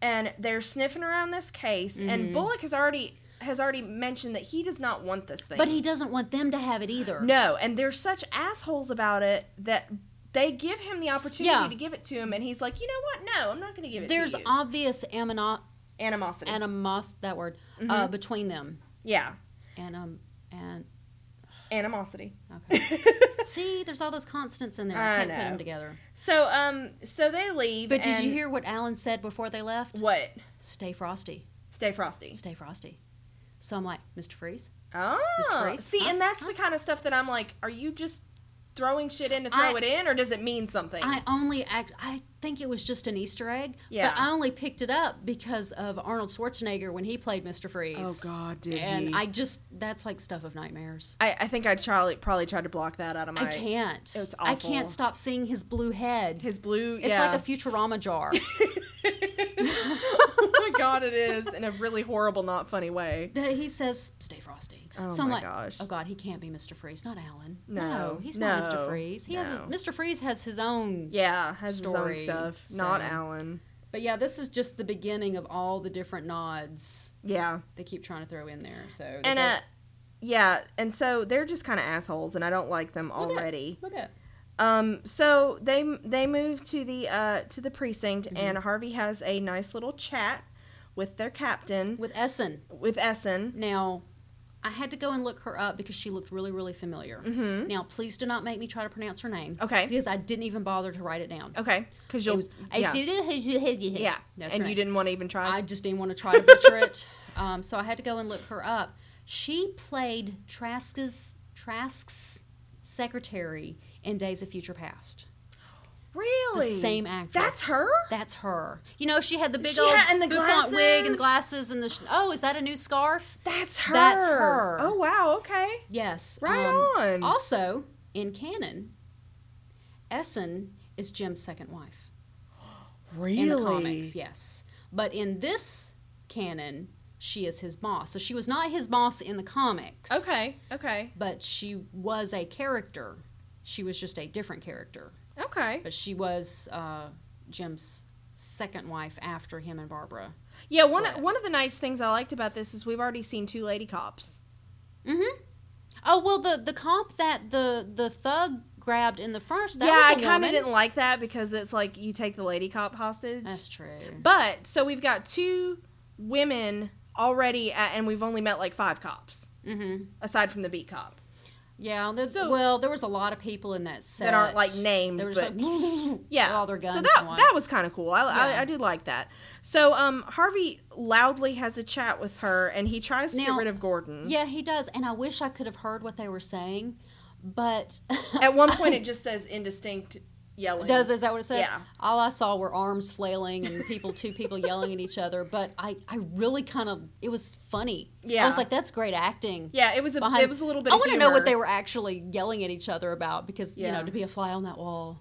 A: and they're sniffing around this case. And
B: Mhm.
A: Bullock has already has already mentioned that he does not want this thing.
B: But he doesn't want them to have it either.
A: No, and they're such assholes about it that they give him the opportunity
B: Yeah.
A: to give it to him, and he's like, you know what? No, I'm not going to give it
B: There's
A: to you.
B: obvious amino-
A: animosity.
B: animos that word
A: Mhm.
B: uh, between them,
A: yeah,
B: and um and
A: animosity.
B: okay. See, there's all those constants in there.
A: I
B: I, can't put
A: know.
B: them together.
A: so um, so they leave.
B: But did
A: and-
B: you hear what Alan said before they left?
A: what?
B: Stay frosty.
A: Stay frosty.
B: Stay frosty. So I'm like, Mr. Freeze.
A: Oh,
B: Grace?
A: see, and
B: Huh?
A: that's the kind of stuff that I'm like, are you just throwing shit in to throw
B: I-
A: it in, or does it mean something?
B: I only act. I think it was just an Easter egg.
A: Yeah.
B: But I only picked it up because of Arnold Schwarzenegger when he played Mr. Freeze.
A: Oh, God, did
B: And I just that's like stuff of nightmares.
A: I, I think I Charlie probably tried to block that out of my.
B: I can't.
A: It's
B: I
A: awful.
B: can't stop seeing his blue head.
A: His blue.
B: it's
A: yeah.
B: like a Futurama jar.
A: oh my god, it is in a really horrible, not funny way.
B: But he says, "Stay frosty."
A: Oh
B: so I'm
A: my
B: like,
A: gosh.
B: "Oh God, he can't be Mr. Freeze, not Alan.
A: No,
B: he's not
A: no,
B: Mr. Freeze. He has his,
A: no.
B: Mr. Freeze has his own.
A: Yeah, has his own
B: Story,
A: stuff. Not
B: so.
A: Alan.
B: But yeah, this is just the beginning of all the different nods
A: Yeah,
B: they keep trying to throw in there. So they
A: and
B: go-
A: uh, yeah, and so they're just kind of assholes, and I don't like them
B: at-
A: already.
B: look at
A: Um, so Mm-hmm. they they move to the uh, to the precinct, and Harvey has a nice little chat with their captain
B: with Essen.
A: with Essen.
B: Now, I had to go and look her up because she looked really, really familiar.
A: Mhm.
B: Now, please do not make me try to pronounce her name.
A: Okay.
B: Because I didn't even bother to write it down.
A: Okay, because you'll
B: It was-
A: yeah,
B: yeah.
A: yeah. and you didn't want to even try.
B: I just didn't want to try to butcher it. Um, so I had to go and look her up. She played Trask's Trask's secretary in Days of Future Past.
A: really,
B: The same actress.
A: That's her.
B: That's her. You know, she had the big
A: She
B: old
A: had- and the
B: bouffant wig
A: glasses.
B: and the glasses and the. Sh- oh, is that a new scarf?
A: That's her.
B: That's her. Um,
A: Oh wow. Okay.
B: Yes.
A: Right on.
B: Also, in canon, Essen is Jim's second wife.
A: Really.
B: In the comics, yes. But in this canon, she is his boss. So she was not his boss in the comics.
A: Okay. Okay.
B: But she was a character. She was just a different character.
A: Okay.
B: But she was uh, Jim's second wife after him and Barbara.
A: Yeah, one
B: split.
A: one of the nice things I liked about this is we've already seen two lady cops.
B: Mm-hmm. Oh well, the the comp that the the thug grabbed in the first. That
A: yeah, I
B: was a
A: kind of
B: woman.
A: didn't like that because it's like you take the lady cop hostage.
B: That's true.
A: But so we've got two women already, at, and we've only met like five cops
B: Mm-hmm.
A: aside from the beat cop.
B: Yeah. there-
A: So-
B: well, there was a lot of people in that set
A: That aren't, like, named,
B: They were just
A: but-
B: like,
A: Yeah,
B: with all their guns.
A: So
B: and
A: that
B: what.
A: that was kind of cool. I,
B: Yeah.
A: I I did like that. So um, Harvey loudly has a chat with her, and he tries to get
B: Now-
A: rid of Gordon.
B: Yeah, he does. And I wish I could have heard what they were saying, but
A: At one point, it just says indistinct yelling.
B: does is that what it says?
A: Yeah.
B: All I saw were arms flailing and people, two people yelling at each other. But I, I really kind of it was funny.
A: Yeah.
B: I was like, that's great acting.
A: Yeah, it was a
B: Behind-
A: it was a little bit.
B: I
A: want to
B: know what they were actually yelling at each other about because you
A: Yeah.
B: know to be a fly on that wall,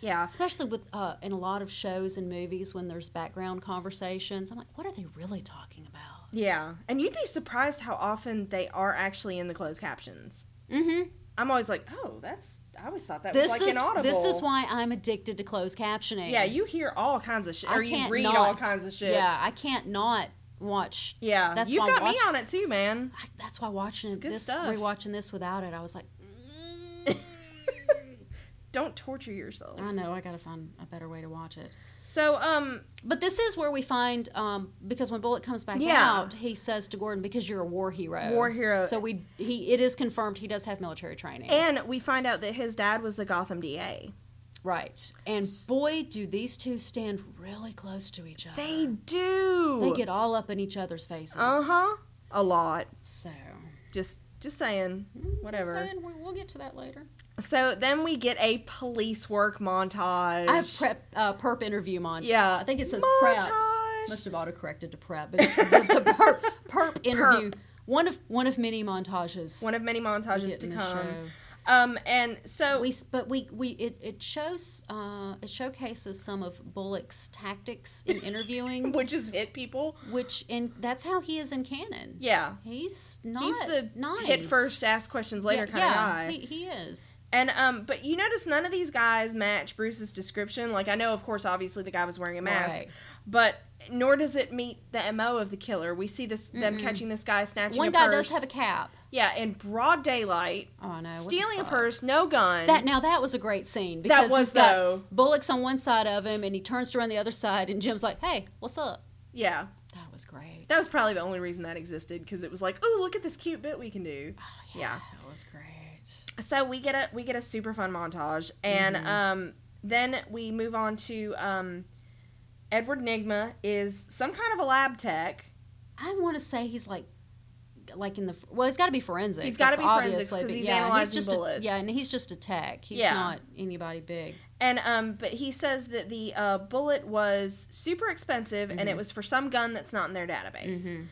A: Yeah,
B: especially with uh, in a lot of shows and movies when there's background conversations. I'm like, what are they really talking about?
A: Yeah, and you'd be surprised how often they are actually in the closed captions.
B: Mm-hmm.
A: I'm always like, oh, that's. I always thought that
B: This
A: was like
B: is
A: inaudible.
B: this is why I'm addicted to closed captioning.
A: Yeah, you hear all kinds of shit,
B: I
A: or you
B: can't
A: read
B: not-
A: all kinds of shit.
B: Yeah, I can't not watch.
A: yeah.
B: That's
A: You've
B: why
A: got me
B: watch-
A: on it too, man.
B: I, that's why watching
A: It's good
B: this,
A: stuff.
B: rewatching this without it, I was like, "Mm."
A: Don't torture yourself.
B: I know I gotta find a better way to watch it.
A: So, um,
B: But this is where we find um, because when Bullet comes back
A: Yeah.
B: out, he says to Gordon, "Because you're a war hero,
A: War hero.
B: So we he it is confirmed he does have military training,
A: and we find out that his dad was the Gotham DA.
B: right? And boy, do these two stand really close to each other.
A: They do.
B: They get all up in each other's faces.
A: uh huh a lot.
B: So
A: Just just saying,
B: Mm,
A: whatever.
B: we, we'll get to that later.
A: So then we get a police work montage.
B: I have prep uh, perp interview montage.
A: Yeah.
B: I think it says prep.
A: montage.
B: Must have autocorrected to prep, but it's the, the perp, perp interview. One of one of many montages.
A: One of many
B: we
A: montages
B: get
A: to
B: in the
A: come.
B: show.
A: Um, and so
B: We s- but we we it, it shows uh, it showcases some of Bullock's tactics in interviewing,
A: which is hit people.
B: which and that's how he is in canon.
A: Yeah.
B: He's not
A: He's the
B: nice.
A: hit first, ask questions later
B: yeah,
A: kind of
B: yeah,
A: guy.
B: He, he is.
A: and um, but you notice none of these guys match Bruce's description. Like I know, of course, obviously the guy was wearing a mask,
B: Right.
A: but nor does it meet the mo of the killer. We see this them catching this guy snatching
B: One
A: a
B: guy
A: purse.
B: does have a cap.
A: yeah in broad daylight,
B: Oh no! what the
A: stealing a
B: fuck?
A: purse, no gun.
B: That now that was a great scene because
A: was,
B: he's got
A: though.
B: Bullock's on one side of him and he turns to around the other side and Jim's like, "Hey, what's up?"
A: yeah,
B: That was great.
A: that was probably the only reason that existed because it was like, oh, look at this cute bit we can do.
B: oh,
A: yeah.
B: that was great.
A: so we get a we get a super fun montage and
B: Mm-hmm.
A: um then we move on to um Edward Nigma is some kind of a lab tech.
B: I want to say he's like, like in the well, he's got to be forensic.
A: He's gotta be forensics 'cause he's analyzing
B: just
A: bullets.
B: A, yeah, and he's just a tech. He's
A: Yeah.
B: not anybody big.
A: And um but he says that the uh, bullet was super expensive
B: Mm-hmm.
A: and it was for some gun that's not in their database.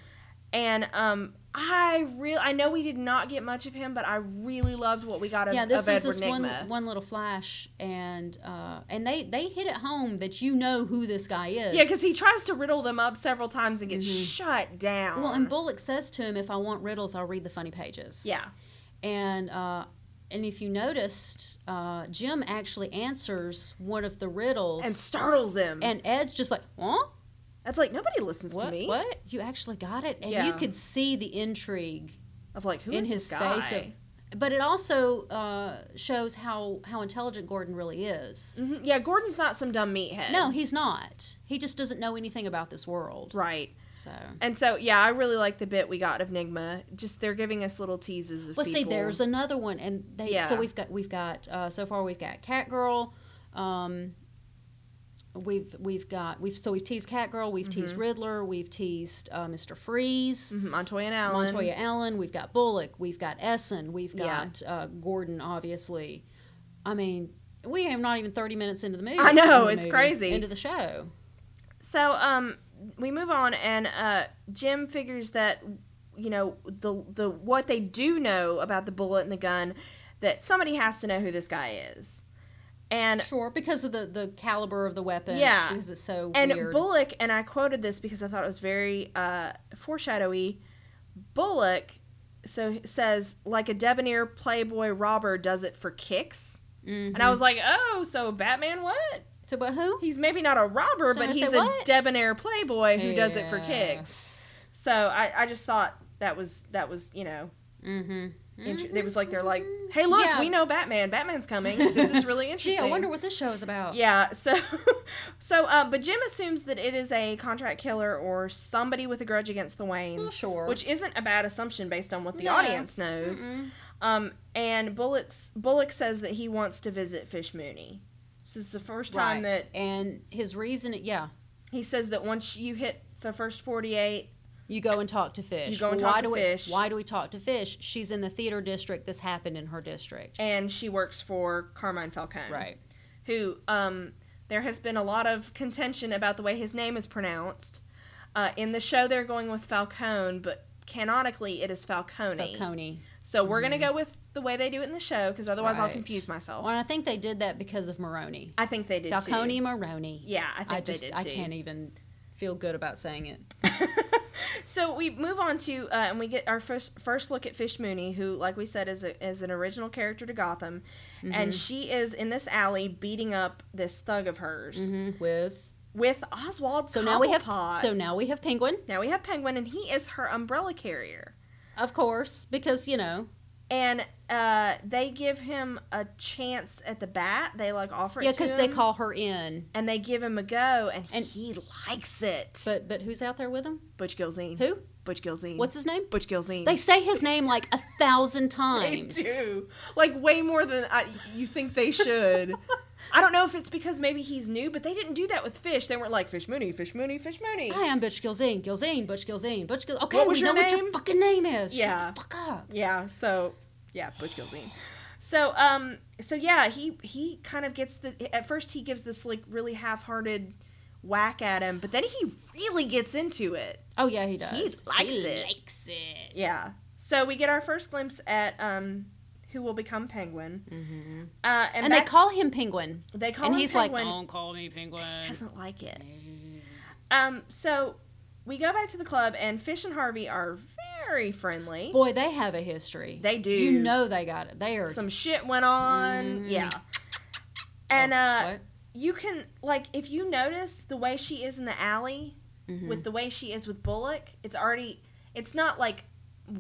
A: And um I real I know we did not get much of him, but I really loved what we got of,
B: yeah, this
A: of
B: is
A: Edward
B: this one
A: Nigma.
B: one little flash, and uh, and they they hit it home that you know who this guy is.
A: yeah, because he tries to riddle them up several times and gets shut down.
B: Mm-hmm. well, and Bullock says to him, "If I want riddles, I'll read the funny pages."
A: yeah,
B: and uh, and if you noticed, uh, Jim actually answers one of the riddles,
A: and startles him.
B: and Ed's just like, "Huh?
A: That's like nobody listens to
B: What?
A: me.
B: What? You actually got it?" And you
A: Yeah.
B: could see the intrigue
A: Of like who is
B: in his
A: this guy?
B: face. of- but it also uh, shows how how intelligent Gordon really is.
A: Mhm. Yeah, Gordon's not some dumb meathead.
B: No, he's not. He just doesn't know anything about this world.
A: right.
B: So
A: And so, yeah, I really like the bit we got of Nigma. Just they're giving us little teases of
B: well,
A: people.
B: see, there's another one, and they so
A: Yeah.
B: we've got we've got uh, so far we've got Catgirl, um, we've we've got we've so we've teased Catgirl, we've
A: Mm-hmm.
B: teased Riddler, we've teased uh, Mister Freeze.
A: Mhm, Montoya and Allen.
B: Montoya Allen, we've got Bullock, we've got Essen, we've
A: Yeah.
B: got uh, Gordon, obviously. I mean, we are not even 30 minutes into the movie.
A: I know,
B: into the
A: it's crazy.
B: Into the show.
A: So um, we move on, and uh, Jim figures that you know the the what they do know about the bullet and the gun, that somebody has to know who this guy is, and
B: Sure, because of the, the caliber of the weapon.
A: Yeah.
B: Because it's so
A: and
B: weird.
A: Bullock and I quoted this because I thought it was very uh, foreshadowy. Bullock so he says like a debonair playboy robber does it for kicks,
B: Mhm.
A: and I was like, oh, so Batman what?
B: So, but who?
A: He's maybe not a robber,
B: So
A: but
B: I say,
A: he's a
B: what?
A: debonair playboy who does it for kicks.
B: Yes.
A: So I, I just thought that was that was you know
B: Mhm.
A: int- it was like they're like hey look
B: Yeah.
A: we know Batman Batman's coming this is really
B: Mm-hmm. Gee,
A: interesting
B: I wonder what this show is about.
A: yeah so so uh, but Jim assumes that it is a contract killer or somebody with a grudge against the Waynes
B: Well, sure.
A: which isn't a bad assumption based on what the
B: No.
A: audience knows
B: Mm-mm.
A: um and Bullock's Bullock says that he wants to visit Fish Mooney so it's the first time
B: Right.
A: that
B: and his reason, yeah.
A: he says that once you hit the first forty eight
B: You go and talk to Fish.
A: You go and
B: Well,
A: talk
B: why
A: to
B: do we,
A: Fish.
B: Why do we talk to Fish? She's in the theater district. This happened in her district.
A: and she works for Carmine Falcone
B: Right.
A: who um, there has been a lot of contention about the way his name is pronounced. Uh, in the show, they're going with Falcone, but canonically it is Falcone.
B: Falcone. Mm-hmm.
A: So we're going to go with the way they do it in the show because otherwise I'll
B: Right.
A: confuse myself.
B: Well, and I think they did that because of Maroney.
A: I think they did
B: Falcone
A: too.
B: Maroney.
A: Yeah, I think
B: I just
A: they did
B: I
A: too.
B: can't even feel good about saying it. e-,
A: So we move on to, uh, and we get our first first look at Fish Mooney, who, like we said, is a, is an original character to Gotham,
B: Mm-hmm.
A: and she is in this alley beating up this thug of hers
B: With
A: with Oswald.
B: Mm-hmm. so now we have
A: Mm-hmm. Cobblepot.
B: so now we have Penguin,
A: Now we have Penguin, and he is her umbrella carrier.
B: of course, because you know
A: And uh, they give him a chance at the bat. They like offer it
B: yeah
A: to
B: because they
A: him,
B: call her in.
A: and they give him a go, and,
B: And-
A: he likes it.
B: But but who's out there with him?
A: Butch Gilzine.
B: Who?
A: Butch Gilzine.
B: What's his name?
A: Butch Gilzine?
B: They say his name like a thousand
A: They
B: times.
A: do like way more than I, you think they should. I don't know if it's because maybe he's new, but they didn't do that with Fish. They weren't like Fish Mooney, Fish Mooney, Fish Mooney.
B: Hi, I'm Butch Gilzine. Gilzine, Butch Gilzine, Butch Gilzine. Okay,
A: What was
B: we
A: your
B: know what your
A: name?
B: fucking name is. Shut
A: Yeah.
B: the fuck up.
A: Yeah, so yeah, Butch Gilzine. So um so yeah, he he kind of gets the at first he gives this like really half-hearted whack at him, but then he really gets into it.
B: Oh yeah, he does.
A: likes
B: He
A: it.
B: Likes it.
A: Yeah. So we get our first glimpse at um who will become Penguin.
B: Mm-hmm.
A: Uh and,
B: And they
A: back-
B: call him Penguin.
A: they call
B: and
A: him
B: he's like,
A: Penguin.
B: "Don't call me Penguin."
A: He doesn't like it. Um so we go back to the club and Fish and Harvey are very friendly.
B: Boy, they have a history.
A: They do.
B: You know they got it. They are.
A: some shit went on.
B: Mm.
A: Yeah. And
B: Oh,
A: uh
B: what?
A: you can like if you notice the way she is in the alley
B: Mhm.
A: with the way she is with Bullock, it's already it's not like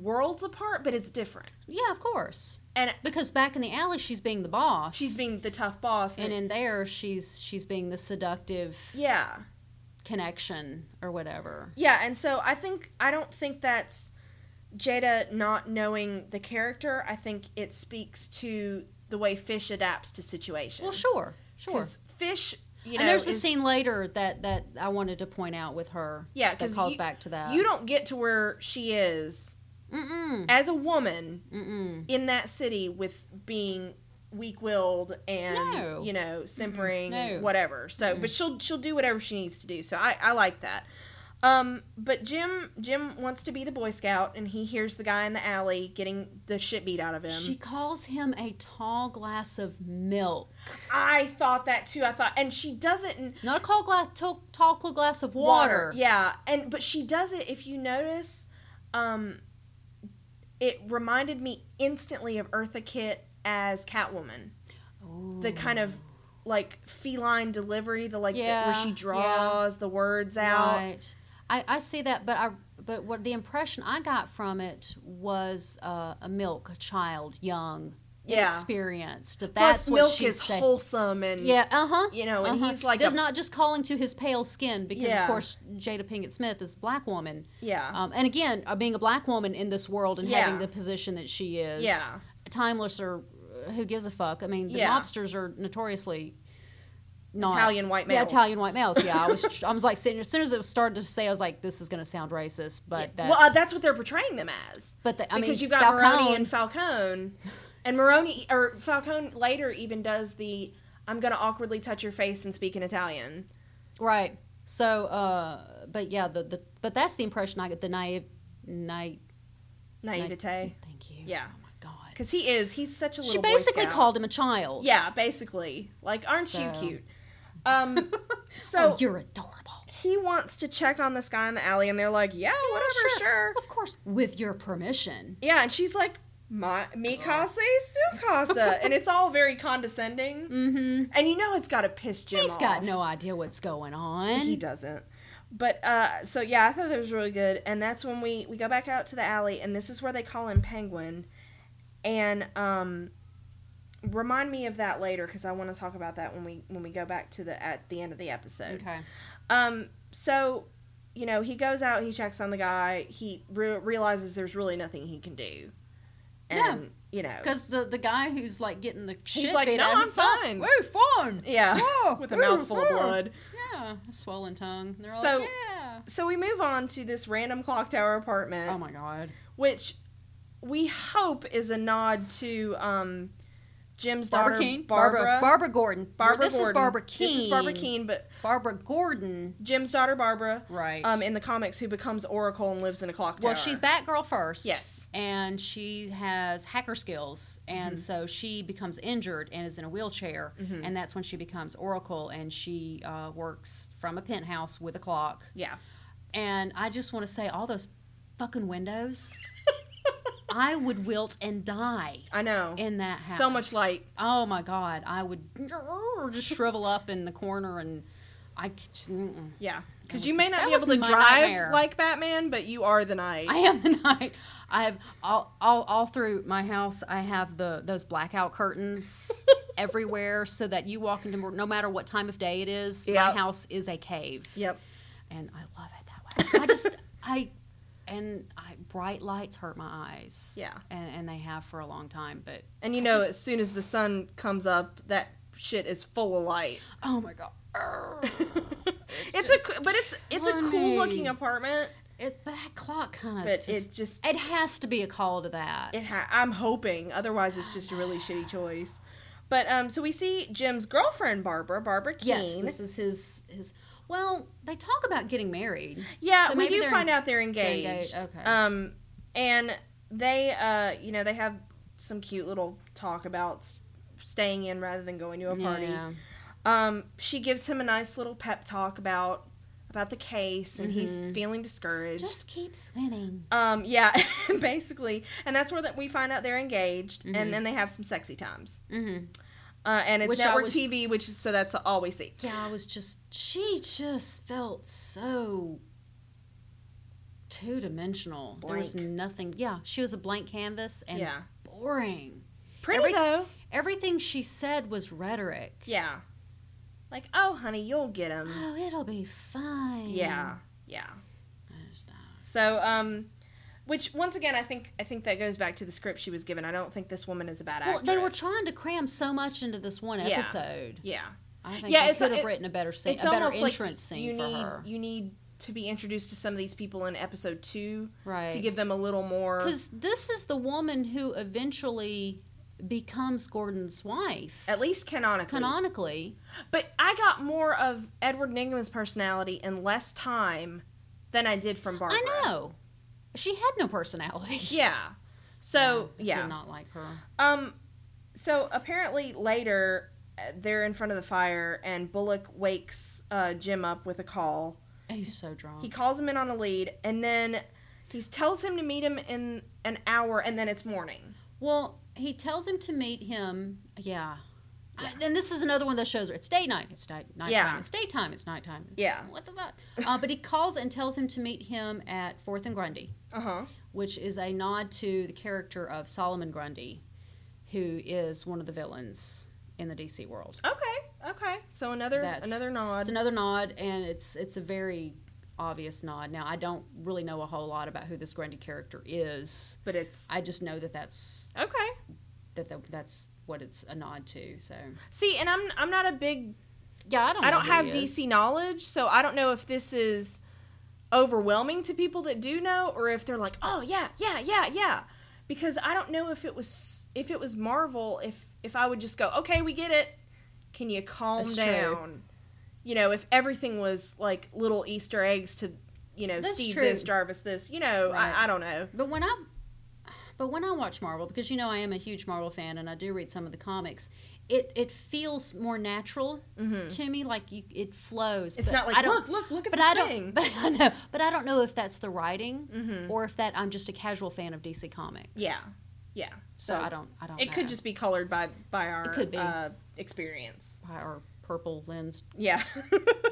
A: worlds apart, but it's different.
B: yeah, of course.
A: And
B: Because back in the alley, she's being the boss.
A: she's being the tough boss, and,
B: And in there, she's she's being the seductive
A: yeah,
B: connection or whatever.
A: yeah. And so I think I don't think that's Jada not knowing the character. I think it speaks to the way Fish adapts to situations.
B: Well, sure, sure.
A: 'Cause Fish, you know,
B: and there's a
A: is-
B: scene later that that I wanted to point out with her.
A: Yeah,
B: that
A: 'cause
B: calls
A: you-
B: back to that.
A: You don't get to where she is
B: Mm-mm.
A: as a woman
B: Mm-mm.
A: in that city with being weak-willed and
B: No.
A: you know simpering
B: Mm-mm. No.
A: whatever so but she'll she'll do whatever she needs to do so i i like that um but jim jim wants to be the boy scout and he hears the guy in the alley getting the shit beat out of him
B: She calls him a tall glass of milk.
A: i thought that too i thought and she doesn't in
B: Not a tall glass, tall, tall glass of water.
A: yeah and but she does it if you notice um it reminded me instantly of eartha kitt as catwoman
B: Ooh.
A: the kind of like feline delivery, the like the-
B: Yeah,
A: where she
B: yeah.
A: draws the words out.
B: Right. I, I see that, but I but what the impression I got from it was uh, a milk, a child, young,
A: Yeah.
B: inexperienced. That's
A: Plus,
B: what
A: Milk
B: she's
A: is
B: saying.
A: wholesome and
B: Yeah, uh huh.
A: you know, and he's like
B: does
A: a-
B: not just calling to his pale skin because
A: Yeah.
B: of course Jada Pinkett Smith is a black woman.
A: yeah,
B: Um, and again, uh, being a black woman in this world and
A: Yeah.
B: having the position that she is,
A: Yeah.
B: timeless or uh, who gives a fuck? I mean, the
A: Yeah.
B: mobsters are notoriously not
A: Italian white
B: Yeah,
A: males.
B: Italian white males. Yeah, I was, I was like sitting as soon as it started to say, I was like, this is going to sound racist, but
A: Yeah.
B: that's,
A: well, uh, that's what they're portraying them as.
B: But the, I
A: because
B: mean,
A: you've got Maroni
B: Falcone-
A: and Falcone, and Maroni or Falcone later even does the "I'm going to awkwardly touch your face and speak in Italian."
B: Right. So, uh, but yeah, the, the but that's the impression I get. The naive, naive.
A: Naivete,
B: Thank you.
A: Yeah.
B: Oh my god.
A: because he is—he's such a little.
B: She
A: Boy
B: basically
A: Scout.
B: called him a child.
A: Yeah, basically, like, aren't you
B: So.
A: cute? Um,
B: So
A: so
B: oh, you're adorable.
A: he wants to check on this guy in the alley, and they're like, "Yeah, Oh, whatever, sure."
B: Of course, with your permission.
A: Yeah, and she's like, "My mi casa y su casa," and it's all very condescending.
B: Mm-hmm.
A: And you know it's got to piss Jim
B: He's
A: off.
B: got no idea what's going on.
A: He doesn't. But uh, so yeah, I thought that was really good, and that's when we we go back out to the alley, and this is where they call him Penguin, and um, remind me of that later because I want to talk about that when we when we go back to the at the end of the episode.
B: Okay.
A: Um, so you know he goes out, he checks on the guy, he re- realizes there's really nothing he can do, and
B: Yeah.
A: you know
B: Because the, the guy who's like getting the shit
A: like,
B: beat
A: "No,
B: out of
A: I'm
B: him, "Fuck,
A: fine."
B: We're fine.
A: yeah,
B: Yeah,
A: with a
B: we're
A: mouthful of
B: fine.
A: blood.
B: Yeah, a swollen tongue. They're all
A: So-
B: like, yeah.
A: So we move on to this random clock tower apartment.
B: Oh my god.
A: which we hope is a nod to um, Jim's
B: Barbara
A: daughter
B: Keene,
A: Barbara.
B: Barbara, Barbara Gordon.
A: Barbara
B: this is
A: Gordon.
B: Barbara Keene.
A: This is Barbara Keene, but
B: Barbara Gordon.
A: Jim's daughter Barbara,
B: Right.
A: um, in the comics, who becomes Oracle and lives in a clock tower.
B: well, she's Batgirl first.
A: Yes. Mm-hmm.
B: And she has hacker skills. And so she becomes injured and is in a wheelchair. And that's when she becomes Oracle. And she uh, works from a penthouse with a clock.
A: Yeah,
B: And I just want to say, all those fucking windows, I would wilt and die
A: I know.
B: in that house.
A: so much light.
B: Oh my God. I would just shrivel up in the corner and I. c- mm-mm.
A: Yeah, because
B: was-
A: you may not
B: that
A: be
B: was
A: able to
B: my
A: drive
B: nightmare.
A: like Batman, but you are the night.
B: I am the night. I have all, all all through my house. I have the those blackout curtains everywhere, so that you walk into no matter what time of day it is.
A: Yep.
B: My house is a cave,
A: yep.
B: and I love it that way. I just I and I bright lights hurt my eyes.
A: Yeah.
B: and, and they have for a long time. But
A: And you
B: I
A: know,
B: just-
A: as soon as the sun comes up, that shit is full of light.
B: oh my god,
A: It's, a
B: just
A: co- but it's it's a cool looking
B: funny.
A: apartment,
B: it, but that clock kind of
A: but
B: just,
A: it
B: it
A: just
B: has to be a call to that.
A: It ha- I'm hoping. Otherwise, it's just a really shitty choice. But um, so we see Jim's girlfriend Barbara, Barbara Keene.
B: yes, this is his his. Well, they talk about getting married.
A: yeah,
B: so
A: we
B: maybe
A: do
B: they're
A: find
B: en-
A: out they're engaged.
B: engaged, okay.
A: Um, and they, uh, you know, they have some cute little talk about s- staying in rather than going to a party.
B: Yeah.
A: Um, she gives him a nice little pep talk about about the case, and he's feeling discouraged.
B: Mm-hmm. Just keep swimming.
A: um, yeah, basically, and that's where that we find out they're engaged, and then they have some sexy times.
B: Mm-hmm.
A: Uh, and it's
B: Which I
A: network
B: was-
A: TV, which is so that's all we see.
B: Yeah, I was just. She just felt so two dimensional. There was
A: Blank.
B: nothing. Yeah, she was a blank canvas and
A: Yeah.
B: boring.
A: Pretty
B: Every-
A: though.
B: Everything she said was rhetoric.
A: Yeah. Like, oh, honey, you'll get him.
B: Oh, it'll be fine.
A: Yeah. Yeah.
B: I just- uh,
A: So, um, which once again, I think I think that goes back to the script she was given. I don't think this woman is a bad actress.
B: Well, they were trying to cram so much into this one
A: Yeah.
B: episode.
A: Yeah.
B: I think
A: Yeah,
B: they
A: it's-
B: could have
A: it-
B: written a better scene,
A: It's
B: a better
A: almost like
B: entrance scene
A: you
B: for
A: need
B: her.
A: you need to be introduced to some of these people in episode two
B: right.
A: to give them a little more.
B: Because this is the woman who eventually becomes Gordon's wife,
A: At least canonically.
B: canonically.
A: but I got more of Edward Ningham's personality in less time than I did from Barbara.
B: I know. She had no personality.
A: Yeah. So
B: I
A: yeah.
B: Did not like her.
A: Um. So apparently later uh, they're in front of the fire and Bullock wakes uh, Jim up with a call.
B: And He's so drunk.
A: He calls him in on a lead and then he tells him to meet him in an hour and then it's morning.
B: well, he tells him to meet him. Yeah. I- and this is another one of those shows where it's day night, it's night, nighttime,
A: Yeah.
B: it's daytime, it's nighttime.
A: Yeah.
B: What the fuck? uh, but he calls and tells him to meet him at Fourth and Grundy.
A: Uh huh.
B: which is a nod to the character of Solomon Grundy, who is one of the villains in the DC world.
A: Okay. Okay. So another
B: That's-
A: another nod.
B: It's another nod, and it's it's a very obvious nod. Now, I don't really know a whole lot about who this Grundy character is.
A: but it's
B: I just know that that's
A: okay.
B: that, that that's what it's a nod to. So
A: See, and I'm I'm not a big
B: yeah, I don't.
A: I
B: know
A: don't
B: who
A: have
B: he is.
A: DC knowledge, so I don't know if this is overwhelming to people that do know or if they're like, "Oh yeah, yeah, yeah, yeah." Because I don't know if it was if it was Marvel if if I would just go, "Okay, we get it. Can you calm
B: That's true.
A: down?" You know, if everything was like little Easter eggs to, you know,
B: That's
A: Steve
B: true.
A: this, Jarvis this, you know,
B: Right.
A: I, I don't know.
B: But when I but when I watch Marvel, because you know I am a huge Marvel fan and I do read some of the comics, it it feels more natural
A: Mhm.
B: to me. Like you, it flows.
A: It's
B: but
A: not
B: I
A: like,
B: don't,
A: "Look, look, look at
B: But
A: this
B: I don't.
A: thing."
B: But I know. But I don't know if that's the writing
A: Mhm.
B: or if that I'm just a casual fan of DC Comics.
A: Yeah. Yeah.
B: So I don't. I don't.
A: It could
B: know.
A: just be colored by by our
B: could be.
A: Uh, experience.
B: or purple lens,
A: Yeah.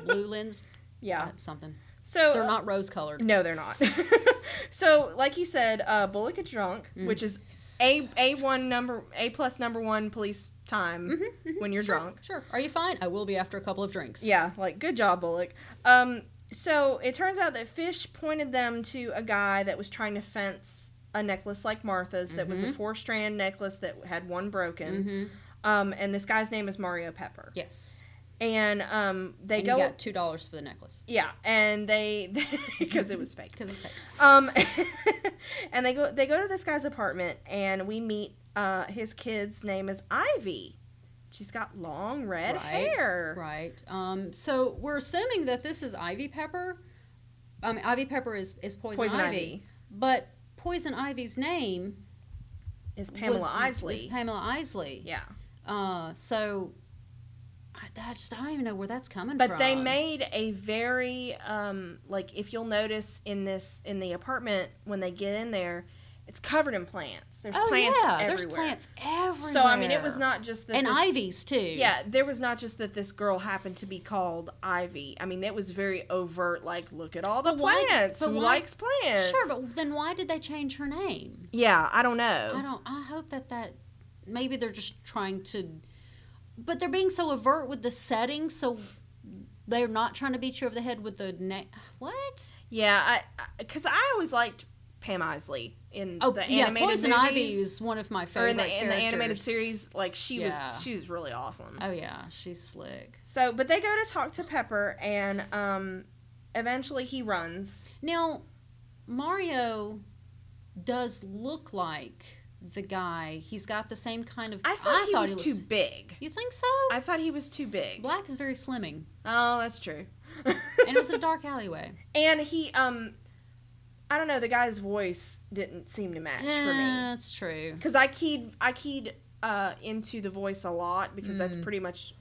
B: blue lens,
A: yeah.
B: uh, something.
A: So uh,
B: They're not rose colored.
A: No, they're not. so, like you said, uh, Bullock is drunk,
B: Mm.
A: which is a a one number a plus number one police time when you're drunk.
B: Mm-hmm, Sure. Are you fine? I will be after a couple of drinks.
A: Yeah, like good job, Bullock. Um, so it turns out that Fish pointed them to a guy that was trying to fence a necklace like Martha's that was a
B: Mhm.
A: four strand necklace that had one broken.
B: hmm
A: Um, and this guy's name is Mario Pepper.
B: Yes.
A: And um, they
B: and
A: go.
B: you got two dollars for the necklace
A: yeah, and they because it was fake.
B: because it's fake.
A: Um, and they go they go to this guy's apartment, and we meet uh, his kid's name is Ivy. She's got long red
B: Right,
A: hair.
B: Right. Um, so we're assuming that this is Ivy Pepper. I mean, Ivy Pepper is, is poison,
A: Poison
B: ivy,
A: Ivy.
B: but Poison Ivy's name
A: is Pamela
B: was,
A: Isley.
B: Is Pamela Isley.
A: yeah,
B: Uh, so I, I just I don't even know where that's coming
A: but
B: from.
A: they made a very um, like if you'll notice in this in the apartment when they get in there, it's covered in plants. There's
B: oh,
A: plants
B: yeah,
A: everywhere.
B: There's plants everywhere.
A: So I mean, it was not just that
B: and
A: this
B: ivies too.
A: Yeah, there was not just that this girl happened to be called Ivy. I mean, that was very overt. Like, look at all the
B: But why-
A: plants.
B: but
A: Who
B: why-
A: likes plants?
B: Sure, but then why did they change her name?
A: yeah, I don't know.
B: I don't. I hope that that maybe they're just trying to, but they're being so overt with the setting, so they're not trying to beat you over the head with the neck. What?
A: yeah, I because I, always liked Pam Isley in
B: Oh,
A: the
B: yeah,
A: animated
B: Poison
A: movies,
B: Ivy is one of my
A: or
B: favorite
A: in the in the animated
B: characters.
A: series. Like she
B: Yeah.
A: was she was really awesome.
B: Oh yeah, she's slick.
A: So, but they go to talk to Pepper, and um, eventually he runs.
B: Now, Mario does look like the guy. He's got the same kind of.
A: I thought he was
B: looked-
A: too big.
B: You think so?
A: I thought he was too big.
B: Black is very slimming,
A: Oh, that's true.
B: and it was in a dark alleyway.
A: And he, um, I don't know, the guy's voice didn't seem to match for
B: Yeah,
A: me
B: that's true.
A: because I keyed I keyed uh, into the voice a lot because that's
B: Mm.
A: pretty much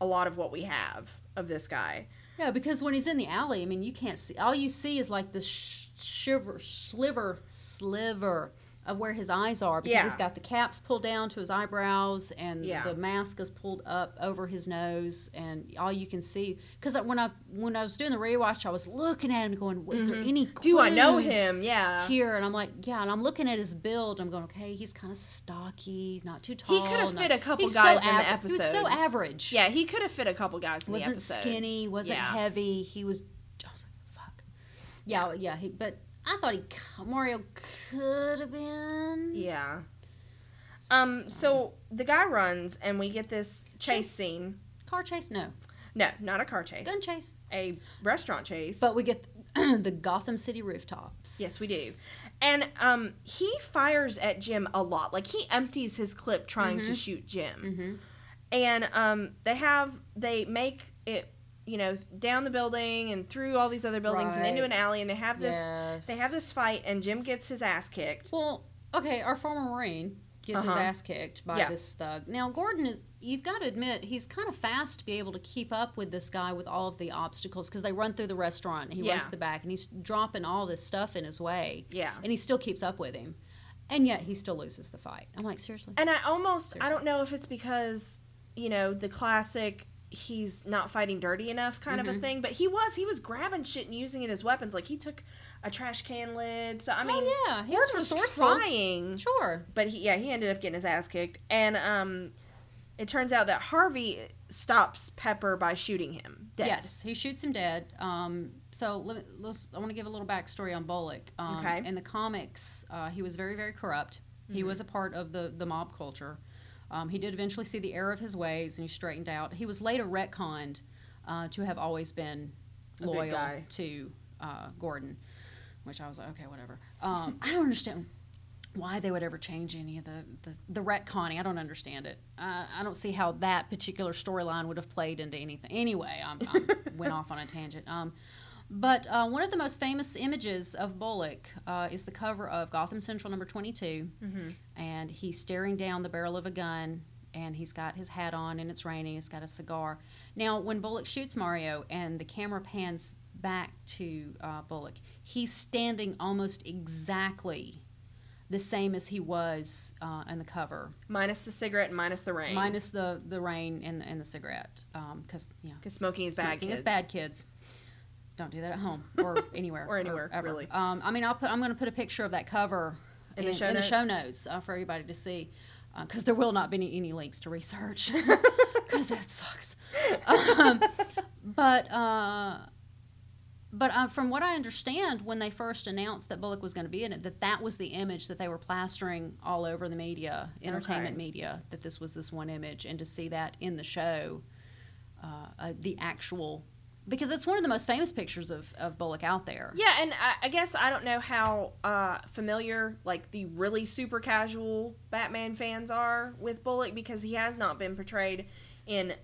A: a lot of what we have of this guy.
B: No, because when he's in the alley, I mean, you can't see. All you see is like the sh- shiver, sliver, sliver of where his eyes are because
A: Yeah.
B: he's got the caps pulled down to his eyebrows and
A: Yeah.
B: the mask is pulled up over his nose, and all you can see. Because when I when I was doing the rewatch, I was looking at him going, "Was there
A: Mhm.
B: any?
A: Do I know
B: clues
A: him? Yeah, he,
B: Here?" And I'm like, "Yeah." And I'm looking at his build. I'm going, "Okay, he's kind of stocky, not too tall."
A: could have
B: not-
A: fit a couple
B: He's so
A: guys in the
B: aver-
A: episode.
B: He was so average
A: yeah, he could have fit a couple guys in the
B: wasn't
A: episode.
B: skinny, wasn't
A: Yeah.
B: heavy. He was. I was like, fuck. Yeah, yeah. He, but I thought he c- Mario could have been.
A: Yeah. Um. So the guy runs, and we get this chase
B: Chase.
A: scene.
B: Car chase, no.
A: No, not a car chase.
B: Gun chase.
A: a restaurant chase.
B: But we get the, Gotham City rooftops.
A: Yes, we do. And um, he fires at Jim a lot. Like he empties his clip trying to
B: Mhm.
A: shoot Jim.
B: Mm-hmm.
A: And um, they have they make it, you know, down the building and through all these other buildings and into an
B: Right.
A: alley. And they have this
B: yes.
A: they have this fight, and Jim gets his ass kicked.
B: Well, okay. Our former Marine gets his
A: Uh-huh.
B: ass kicked by
A: Yeah.
B: this thug. Now Gordon is. You've got to admit he's kind of fast to be able to keep up with this guy with all of the obstacles because they run through the restaurant and he runs
A: Yeah.
B: to the back and he's dropping all this stuff in his way.
A: Yeah.
B: and he still keeps up with him, and yet he still loses the fight. I'm like, seriously?
A: And I almost I
B: Seriously.
A: don't know if it's because you know the classic he's not fighting dirty enough kind of a
B: Mhm.
A: thing. But he was he was grabbing shit and using it as weapons. Like he took a trash can lid. So I mean,
B: oh, yeah, he
A: Ward
B: was
A: was
B: resourceful.
A: trying.
B: Sure.
A: But he, yeah, he ended up getting his ass kicked. And um, it turns out that Harvey stops Pepper by shooting him dead.
B: Yes, he shoots him dead. Um, so let me, let's. I want to give a little backstory on Bullock. Um,
A: Okay.
B: In the comics, uh, he was very, very corrupt. He
A: Mhm.
B: was a part of the the mob culture. Um, he did eventually see the error of his ways, and he straightened out. He was later retconned uh, to have always been
A: A good
B: loyal
A: guy.
B: to uh, Gordon, which I was like, okay, whatever. Um, I don't understand why they would ever change any of the the, the retconning. I don't understand it. Uh, I don't see how that particular storyline would have played into anything. Anyway, I am went off on a tangent. Um, but uh, one of the most famous images of Bullock uh, is the cover of Gotham Central number 22,
A: hmm
B: and he's staring down the barrel of a gun, and he's got his hat on, and it's raining. He's got a cigar. Now, when Bullock shoots Mario, and the camera pans back to uh, Bullock, he's standing almost exactly the same as he was uh, in the cover,
A: Minus the cigarette and minus the rain.
B: minus the the rain and and the cigarette, because yeah,
A: Because smoking is bad.
B: smoking
A: kids.
B: is bad, kids. Don't do that at home or anywhere
A: Or anywhere,
B: ever.
A: really.
B: Um, I mean, I'll put. I'm going to put a picture of that cover
A: In the show
B: in the show
A: notes?
B: notes uh, for everybody to see, because there will not be any, any links to research, because that sucks. Um, but. Uh, but uh, from what I understand, when they first announced that Bullock was going to be in it, that that was the image that they were plastering all over the media, entertainment media, that this was this one image, and to see that in the show, uh, uh, the actual, because it's one of the most famous pictures of, of Bullock out there.
A: Yeah, and I, I guess I don't know how uh, familiar like the really super casual Batman fans are with Bullock because he has not been portrayed in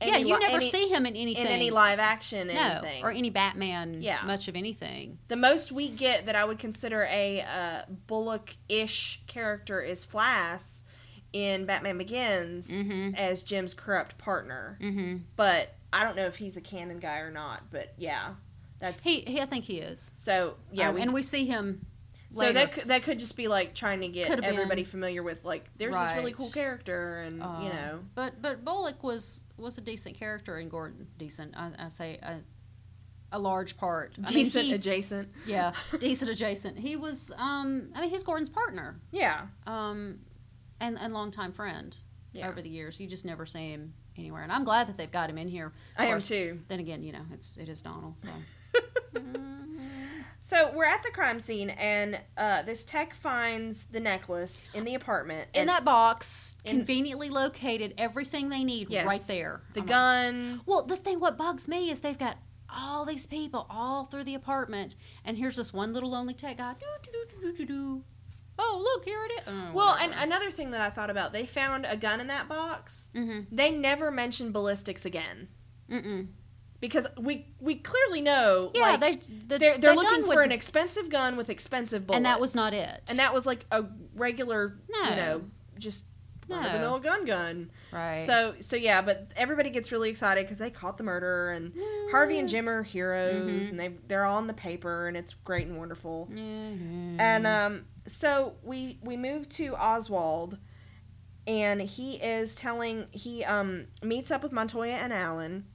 A: any
B: yeah, you
A: li-
B: never
A: any-
B: see him in anything.
A: in any live action
B: no,
A: anything.
B: or any Batman,
A: Yeah.
B: much of anything.
A: the most we get that I would consider a uh, Bullock-ish character is Flass in Batman Begins
B: Mm-hmm.
A: as Jim's corrupt partner,
B: Mm-hmm.
A: but I don't know if he's a canon guy or not. But yeah, that's
B: He, he, I think he is.
A: so yeah.
B: Um,
A: we
B: and we see him.
A: So
B: Later.
A: that could, that could just be like trying to get
B: Could've
A: everybody
B: been.
A: familiar with like there's this really cool
B: Right.
A: character and
B: Uh,
A: you know
B: But but Bullock was was a decent character in Gordon. Decent, I, I say a, a large part. I mean,
A: decent
B: he-
A: adjacent.
B: yeah, decent adjacent. He was. Um, I mean, he's Gordon's partner.
A: Yeah.
B: Um, and and longtime friend
A: Yeah.
B: over the years. You just never see him anywhere. And I'm glad that they've got him in here.
A: I am
B: course.
A: too.
B: Then again, you know, it's it is Donald. So. Mhm.
A: So we're at the crime scene and uh, this tech finds the necklace in the apartment
B: In
A: and
B: that box,
A: in-
B: conveniently located, everything they need
A: Yes.
B: right there.
A: the
B: I'm like,
A: gun.
B: Well, the thing what bugs me is they've got all these people all through the apartment, and here's this one little lonely tech guy. Doo, doo, doo, doo, doo, doo, doo. Oh, look, here it is. Oh,
A: Well, and another thing that I thought about, they found a gun in that box.
B: and
A: They never mentioned ballistics again
B: mm-hmm. Mm-mm.
A: because we we clearly know
B: yeah,
A: like,
B: they the,
A: they're they're
B: the
A: looking
B: gun
A: for
B: would-
A: an expensive gun with expensive bullets.
B: and that was not it.
A: And that was like a regular, you
B: No.
A: know, just run of the
B: No.
A: mill gun gun.
B: right.
A: So so yeah, but everybody gets really excited because they caught the murderer and Harvey
B: Mm.
A: and Jim are heroes
B: Mhm.
A: and they they're all in the paper and it's great and wonderful.
B: Mhm.
A: And um, so we we move to Oswald, and he is telling he um meets up with Montoya and Allen.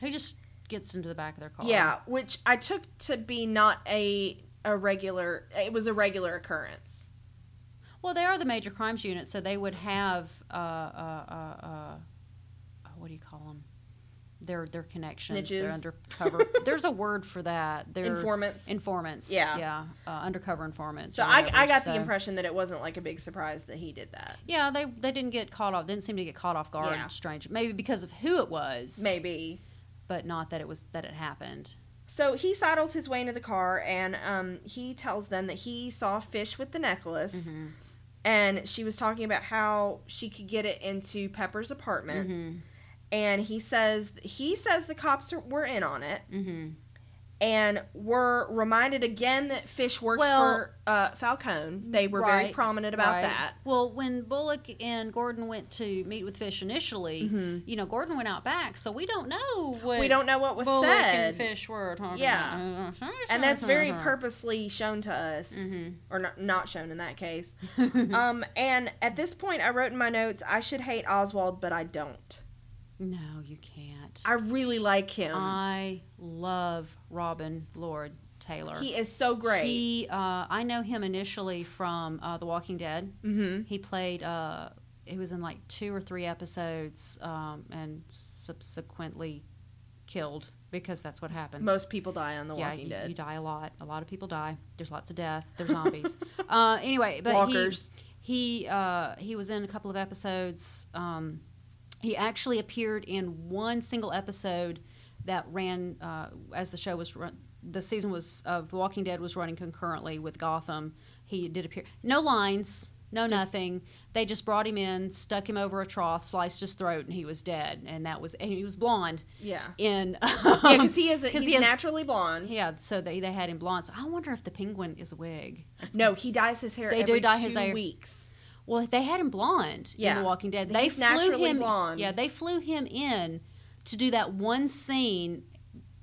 B: he just gets into the back of their car.
A: Yeah, which I took to be not a a regular. It was a regular occurrence.
B: Well, they are the major crimes unit, so they would have uh, uh, uh, uh, what do you call them? Their their connections. They're
A: Snitches.
B: undercover. There's a word for that. They're
A: Informants.
B: informants.
A: Yeah.
B: yeah, uh, undercover informants.
A: So
B: or
A: I,
B: whatever,
A: I got
B: so-
A: the impression that it wasn't like a big surprise that he did that.
B: Yeah, they they didn't get caught off. Didn't seem to get caught off guard.
A: Yeah.
B: Strange, maybe because of who it was.
A: Maybe.
B: but not that it was that it happened.
A: So he sidles his way into the car and um, he tells them that he saw a fish with the necklace
B: Mhm.
A: and she was talking about how she could get it into Pepper's apartment
B: Mhm.
A: and he says he says the cops are, were in on it
B: Mhm.
A: and were reminded again that fish works
B: Well-
A: for uh, Falcone. They were very
B: Right,
A: prominent about
B: Right.
A: that.
B: Well, when Bullock and Gordon went to meet with Fish initially,
A: Mhm.
B: you know, Gordon went out back, so we don't know what
A: We don't know what was
B: Bullock
A: said.
B: and Fish Uh-huh, were talking
A: Yeah.
B: about. Uh,
A: and that's very purposely shown to us
B: Mm-hmm.
A: or not, not shown in that case
B: Mhm.
A: um, and at this point i wrote in my notes i should hate oswald but i don't
B: no, you can't. that.
A: I really like him.
B: I love Robin Lord Taylor.
A: he is so great.
B: He, uh, I know him initially from uh, The Walking Dead.
A: mm-hmm.
B: He played. Uh, he was in like two or three episodes, um, and subsequently killed because that's what happens.
A: Most people die on The
B: yeah,
A: Walking
B: you,
A: Dead.
B: you die a lot. A lot of people die. There's lots of death. There's zombies. uh, anyway, but
A: Walkers.
B: he he uh, he was in a couple of episodes. Um, he actually appeared in one single episode that ran uh, as the show was run. The season was of The Walking Dead was running concurrently with Gotham. He did appear. No lines. No
A: Just-
B: nothing. They just brought him in, stuck him over a trough, sliced his throat, and he was dead. And that was and he was blonde.
A: yeah.
B: In
A: Yeah, because he is he's
B: 'cause he has-
A: naturally blonde.
B: yeah, so they, they had him blonde. So I wonder if the penguin is a wig.
A: no, he dyes his hair
B: They do
A: every
B: dye
A: two
B: his hair.
A: weeks.
B: Well, they had him blonde in
A: Yeah.
B: The Walking Dead.
A: He's
B: They flew
A: naturally
B: him,
A: blonde.
B: Yeah, they flew him in to do that one scene,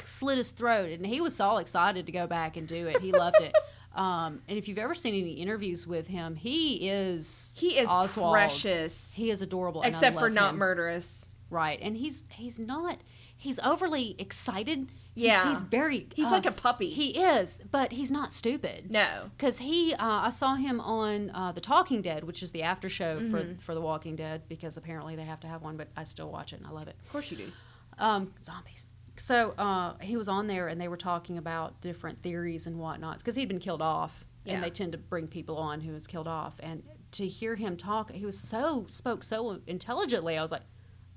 B: slit his throat, and he was all excited to go back and do it. He loved it. Um, and if you've ever seen any interviews with him, he is
A: He is
B: Oswald.
A: precious.
B: He is adorable, and I
A: except for
B: love
A: not
B: him.
A: murderous.
B: Right, and he's he's not he's overly excited. He's-
A: Yeah.
B: he's, very
A: He's
B: uh,
A: like a puppy.
B: He is, but he's not stupid.
A: no.
B: because he uh, i saw him on uh, the talking dead which is the after show for, for the walking dead because apparently they have to have one but i still watch it and i love it
A: Of course you do.
B: um, zombies so uh, he was on there and they were talking about different theories and whatnot because he'd been killed off
A: Yeah.
B: and they tend to bring people on who was killed off and to hear him talk he was so spoke so intelligently i was like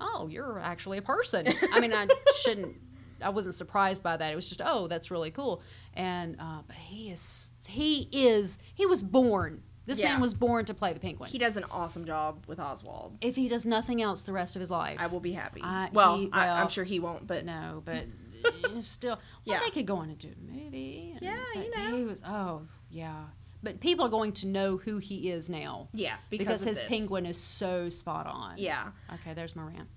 B: oh you're actually a person i mean i shouldn't i wasn't surprised by that it was just oh that's really cool and uh, but he is he is he was born this
A: Yeah.
B: man was born to play the penguin
A: He does an awesome job with Oswald.
B: if he does nothing else the rest of his life
A: I will be happy.
B: I-
A: well,
B: he-
A: I, I'm
B: well,
A: sure he won't, but
B: no, but still, well,
A: Yeah.
B: they could go on and do a movie. and-
A: Yeah, you
B: but
A: know.
B: he was. Oh, yeah. But people are going to know who he is now
A: yeah, because,
B: because,
A: of
B: his
A: this.
B: penguin is so spot on.
A: Yeah.
B: Okay, there's my rant.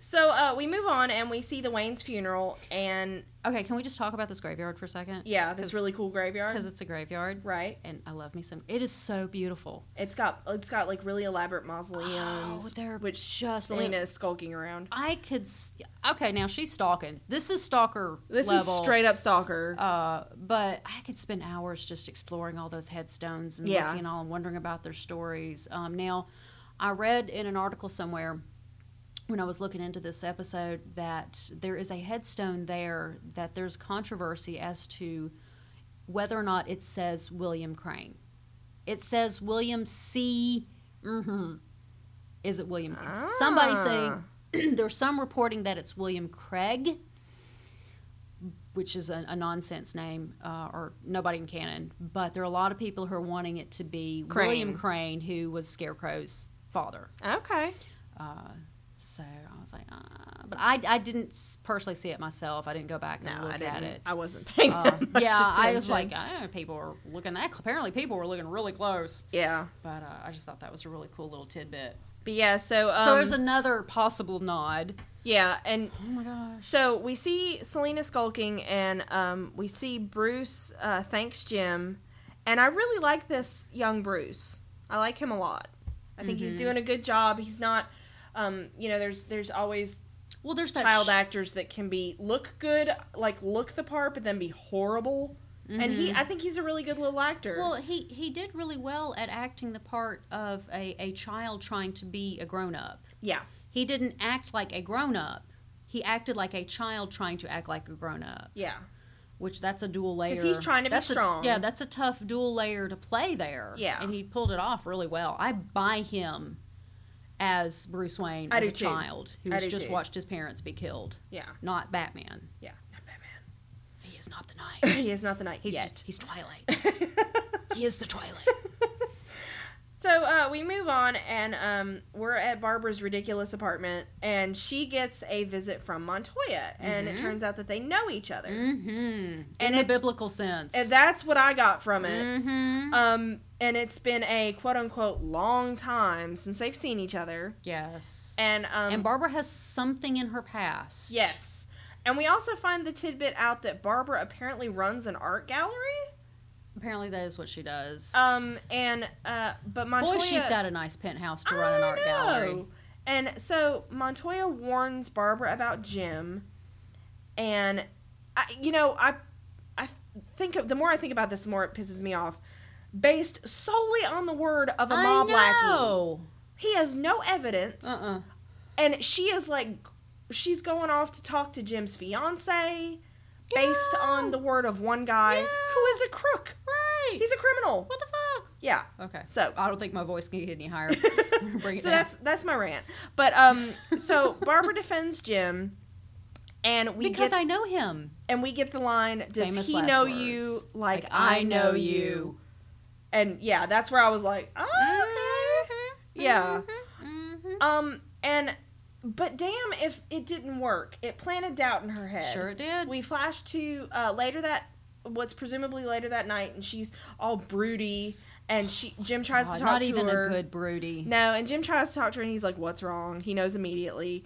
A: So uh, we move on and we see the Wayne's funeral, and
B: Okay, can we just talk about this graveyard for a second?
A: yeah, this
B: 'Cause-
A: really cool graveyard.
B: because it's a graveyard,
A: Right.
B: and I love me some. It is so beautiful.
A: It's got it's got like really elaborate mausoleums,
B: Oh, they're
A: which
B: just-
A: Selena is skulking around.
B: I could. s- Okay, now she's stalking. This is stalker.
A: This
B: level.
A: is straight up stalker.
B: Uh, but I could spend hours just exploring all those headstones and
A: Yeah.
B: looking all and wondering about their stories. Um, now, I read in an article somewhere when I was looking into this episode that there is a headstone there that there's controversy as to whether or not it says William Crane. It says William C. mhm. Is it William Crane? Somebody
A: Ah.
B: saying there's some reporting that it's William Craig which is a, a nonsense name uh, or nobody in canon, but there are a lot of people who are wanting it to be
A: Crane.
B: William Crane, who was Scarecrow's father.
A: okay.
B: Uh, so I was like, uh, but I, I didn't s- personally see it myself. I didn't go back and
A: No,
B: look
A: I didn't.
B: at it.
A: I wasn't paying.
B: Uh,
A: that much
B: yeah, I was like,
A: attention.
B: I don't know, people were looking that. cl- Apparently, people were looking really close.
A: yeah,
B: But uh, I just thought that was a really cool little tidbit.
A: but yeah. So um,
B: so there's another possible nod.
A: yeah, and
B: Oh my gosh.
A: So we see Selena skulking, and um, we see Bruce uh, thanks Jim, and I really like this young Bruce. I like him a lot. I think
B: Mm-hmm.
A: he's doing a good job. He's not, um, you know, there's there's always
B: Well, there's that
A: child
B: sh-
A: actors that can be look good, like look the part, but then be horrible. And he, I think he's a really good little actor.
B: Mm-hmm. Well, he, he did really well at acting the part of a, a child trying to be a grown up.
A: yeah,
B: He didn't act like a grown up. He acted like a child trying to act like a grown up,
A: yeah,
B: which that's a dual layer.
A: 'Cause he's trying to be
B: That's a-
A: strong.
B: yeah, that's a tough dual layer to play there.
A: Yeah.
B: and he pulled it off really well. I buy him as Bruce Wayne
A: I
B: as
A: do
B: a
A: too.
B: child
A: I
B: who's
A: do
B: just
A: too.
B: watched his parents be killed,
A: yeah,
B: not Batman.
A: yeah. Not Batman.
B: He is not the Knight.
A: he is not the knight
B: He's
A: yet.
B: just- he's Twilight. he is the Twilight.
A: So uh, we move on, and um, we're at Barbara's ridiculous apartment, and she gets a visit from Montoya, and it
B: Mhm.
A: turns out that they know each other,
B: Mm-hmm.
A: And
B: In the
A: it's-
B: biblical sense.
A: and that's what I got from it.
B: Mm-hmm.
A: Um, and it's been a quote unquote long time since they've seen each other,
B: yes. And,
A: and um,
B: Barbara has something in her past.
A: yes, and we also find the tidbit out that Barbara apparently runs an art gallery.
B: Apparently that is what she does.
A: Um, and uh, but Montoya,
B: Boy, she's got a nice penthouse to
A: I
B: run an art gallery.
A: know. And so Montoya warns Barbara about Jim, and I, you know, I, I think of, the more I think about this, the more it pisses me off. Based solely on the word of a
B: I
A: mob lackey,
B: know.
A: he has no evidence,
B: Uh-uh.
A: and she is like, she's going off to talk to Jim's fiance, based
B: Yeah.
A: on the word of one guy
B: Yeah.
A: who is a crook.
B: Right.
A: He's a criminal.
B: what the fuck?
A: Yeah.
B: Okay.
A: So
B: I don't think my voice can get any higher. Bring it
A: so
B: down.
A: that's that's my rant. But um, so Barbara defends Jim, and we
B: because
A: get
B: I know him.
A: and we get the line: "Does
B: Famous
A: he
B: last
A: know
B: words.
A: you like, I, know you?" And yeah, that's where I was like, "Oh, okay." Yeah.
B: Mm-hmm.
A: Um, and but damn, if it didn't work, it planted doubt in her head.
B: Sure did.
A: We flash to uh, later that what's presumably later that night, and she's all broody, and she Jim tries
B: God,
A: to talk
B: not
A: to
B: even
A: her.
B: a good broody.
A: No, and Jim tries to talk to her, and he's like, "What's wrong?" He knows immediately,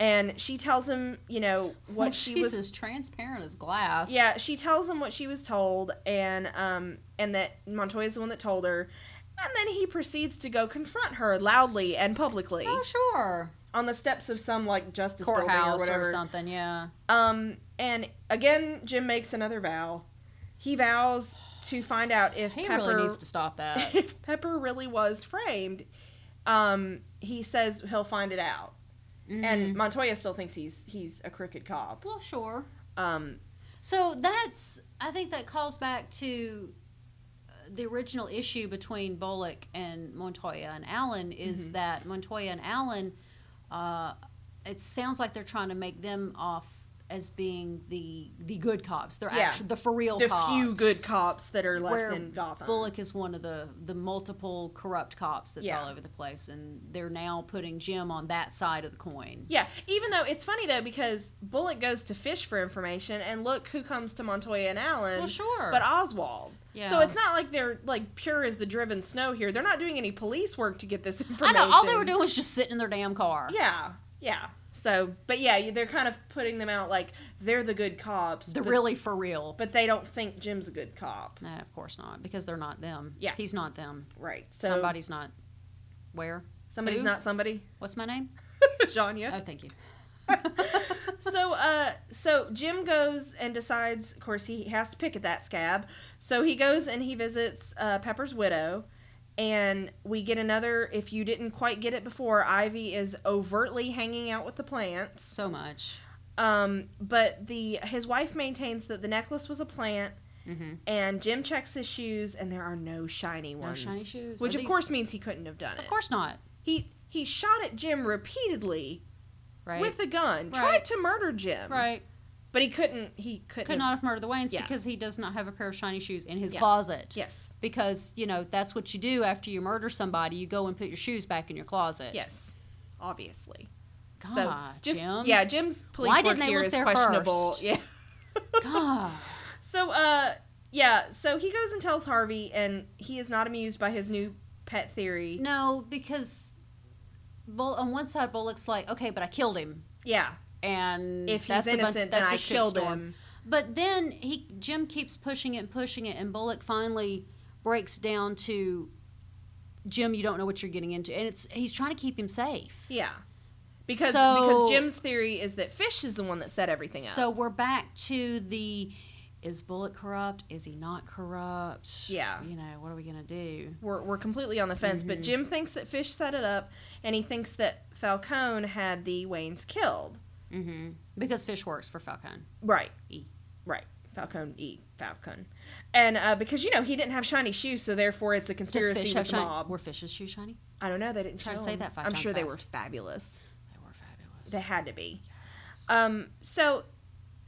A: and she tells him, you know, what
B: Well,
A: she
B: she's
A: was.
B: as transparent as glass.
A: Yeah, she tells him what she was told, and um, and that Montoya's the one that told her, and then he proceeds to go confront her loudly and publicly
B: Oh sure.
A: on the steps of some like justice building or
B: Courthouse
A: whatever.
B: or something. Yeah.
A: um, and again, Jim makes another vow. He vows to find out if
B: He
A: Pepper
B: really needs to stop that.
A: if Pepper really was framed. Um, he says he'll find it out.
B: Mhm.
A: and Montoya still thinks he's he's a crooked cop.
B: well, sure.
A: Um,
B: So that's I think that calls back to uh, the original issue between Bullock and Montoya and Allen is
A: Mm-hmm.
B: that Montoya and Allen, uh, it sounds like they're trying to make them off as being the the good cops. They're
A: Yeah.
B: actually the for real
A: the
B: cops.
A: few good cops that are left
B: Where
A: in Gotham.
B: Bullock is one of the the multiple corrupt cops that's
A: Yeah.
B: all over the place, and they're now putting Jim on that side of the coin.
A: Yeah, even though it's funny though because Bullock goes to Fish for information, and look who comes to Montoya and Allen.
B: Well, sure.
A: But Oswald.
B: Yeah.
A: So it's not like they're like pure as the driven snow here. They're not doing any police work to get this
B: I
A: information.
B: know all they were doing was just sitting in their damn car.
A: Yeah, yeah. So, but yeah, they're kind of putting them out like they're the good cops.
B: They're
A: but,
B: really for real.
A: but they don't think Jim's a good cop,
B: No, of course not, because they're not them.
A: Yeah.
B: He's not them.
A: right? So
B: Somebody's not. Where?
A: somebody's
B: Who?
A: not somebody.
B: What's my name?
A: Janya.
B: Oh, thank you.
A: so uh so jim goes and decides of course he has to pick at that scab so he goes and he visits uh, pepper's widow and we get another if you didn't quite get it before ivy is overtly hanging out with the plants
B: So much.
A: um but the his wife maintains that the necklace was a plant
B: Mm-hmm.
A: and jim checks his shoes and there are no shiny
B: No
A: ones
B: shiny shoes.
A: which
B: Are
A: of
B: these-
A: course means he couldn't have done it
B: Of course not.
A: he he shot at jim repeatedly
B: Right.
A: with a gun tried
B: Right.
A: to murder jim
B: right.
A: but he couldn't. He couldn't.
B: Could not have murdered the Waynes
A: Yeah.
B: because he does not have a pair of shiny shoes in his
A: Yeah.
B: closet.
A: Yes.
B: Because you know that's what you do after you murder somebody. You go and put your shoes back in your closet.
A: Yes. Obviously.
B: God,
A: so just
B: Ah, Jim.
A: yeah, Jim's police
B: Why didn't
A: work
B: they
A: here
B: look
A: is
B: there
A: questionable.
B: first?
A: Yeah.
B: God.
A: So uh yeah, so he goes and tells Harvey and he is not amused by his new pet theory.
B: No, because Bull, on one side Bullock's like, okay, but I killed him,
A: Yeah.
B: and
A: If he's
B: that's a bun-
A: innocent then
B: that's
A: I
B: a
A: killed
B: shitstorm.
A: him.
B: But then he Jim keeps pushing it and pushing it, and Bullock finally breaks down to Jim. You don't know what you're getting into, and it's he's trying to keep him safe.
A: Yeah. Because
B: So-
A: because Jim's theory is that Fish is the one that set everything up.
B: So we're back to the is Bullock corrupt? Is he not corrupt?
A: Yeah.
B: you know what are we gonna do?
A: we're, we're completely on the fence,
B: Mm-hmm.
A: but Jim thinks that Fish set it up and he thinks that Falcone had the Waynes killed.
B: Mm-hmm. Because Fish works for Falcon.
A: Right.
B: E.
A: Right. Falcon E. Falcon. And uh, because, you know, he didn't have shiny shoes, so therefore it's a
B: Does
A: conspiracy
B: Fish
A: with
B: have
A: the
B: shiny?
A: mob.
B: Were Fish's shoes shiny?
A: I don't know. They didn't
B: Try to
A: show
B: say
A: them.
B: that five
A: I'm
B: times
A: sure they
B: fast.
A: were fabulous.
B: They were fabulous.
A: They had to be. Um, so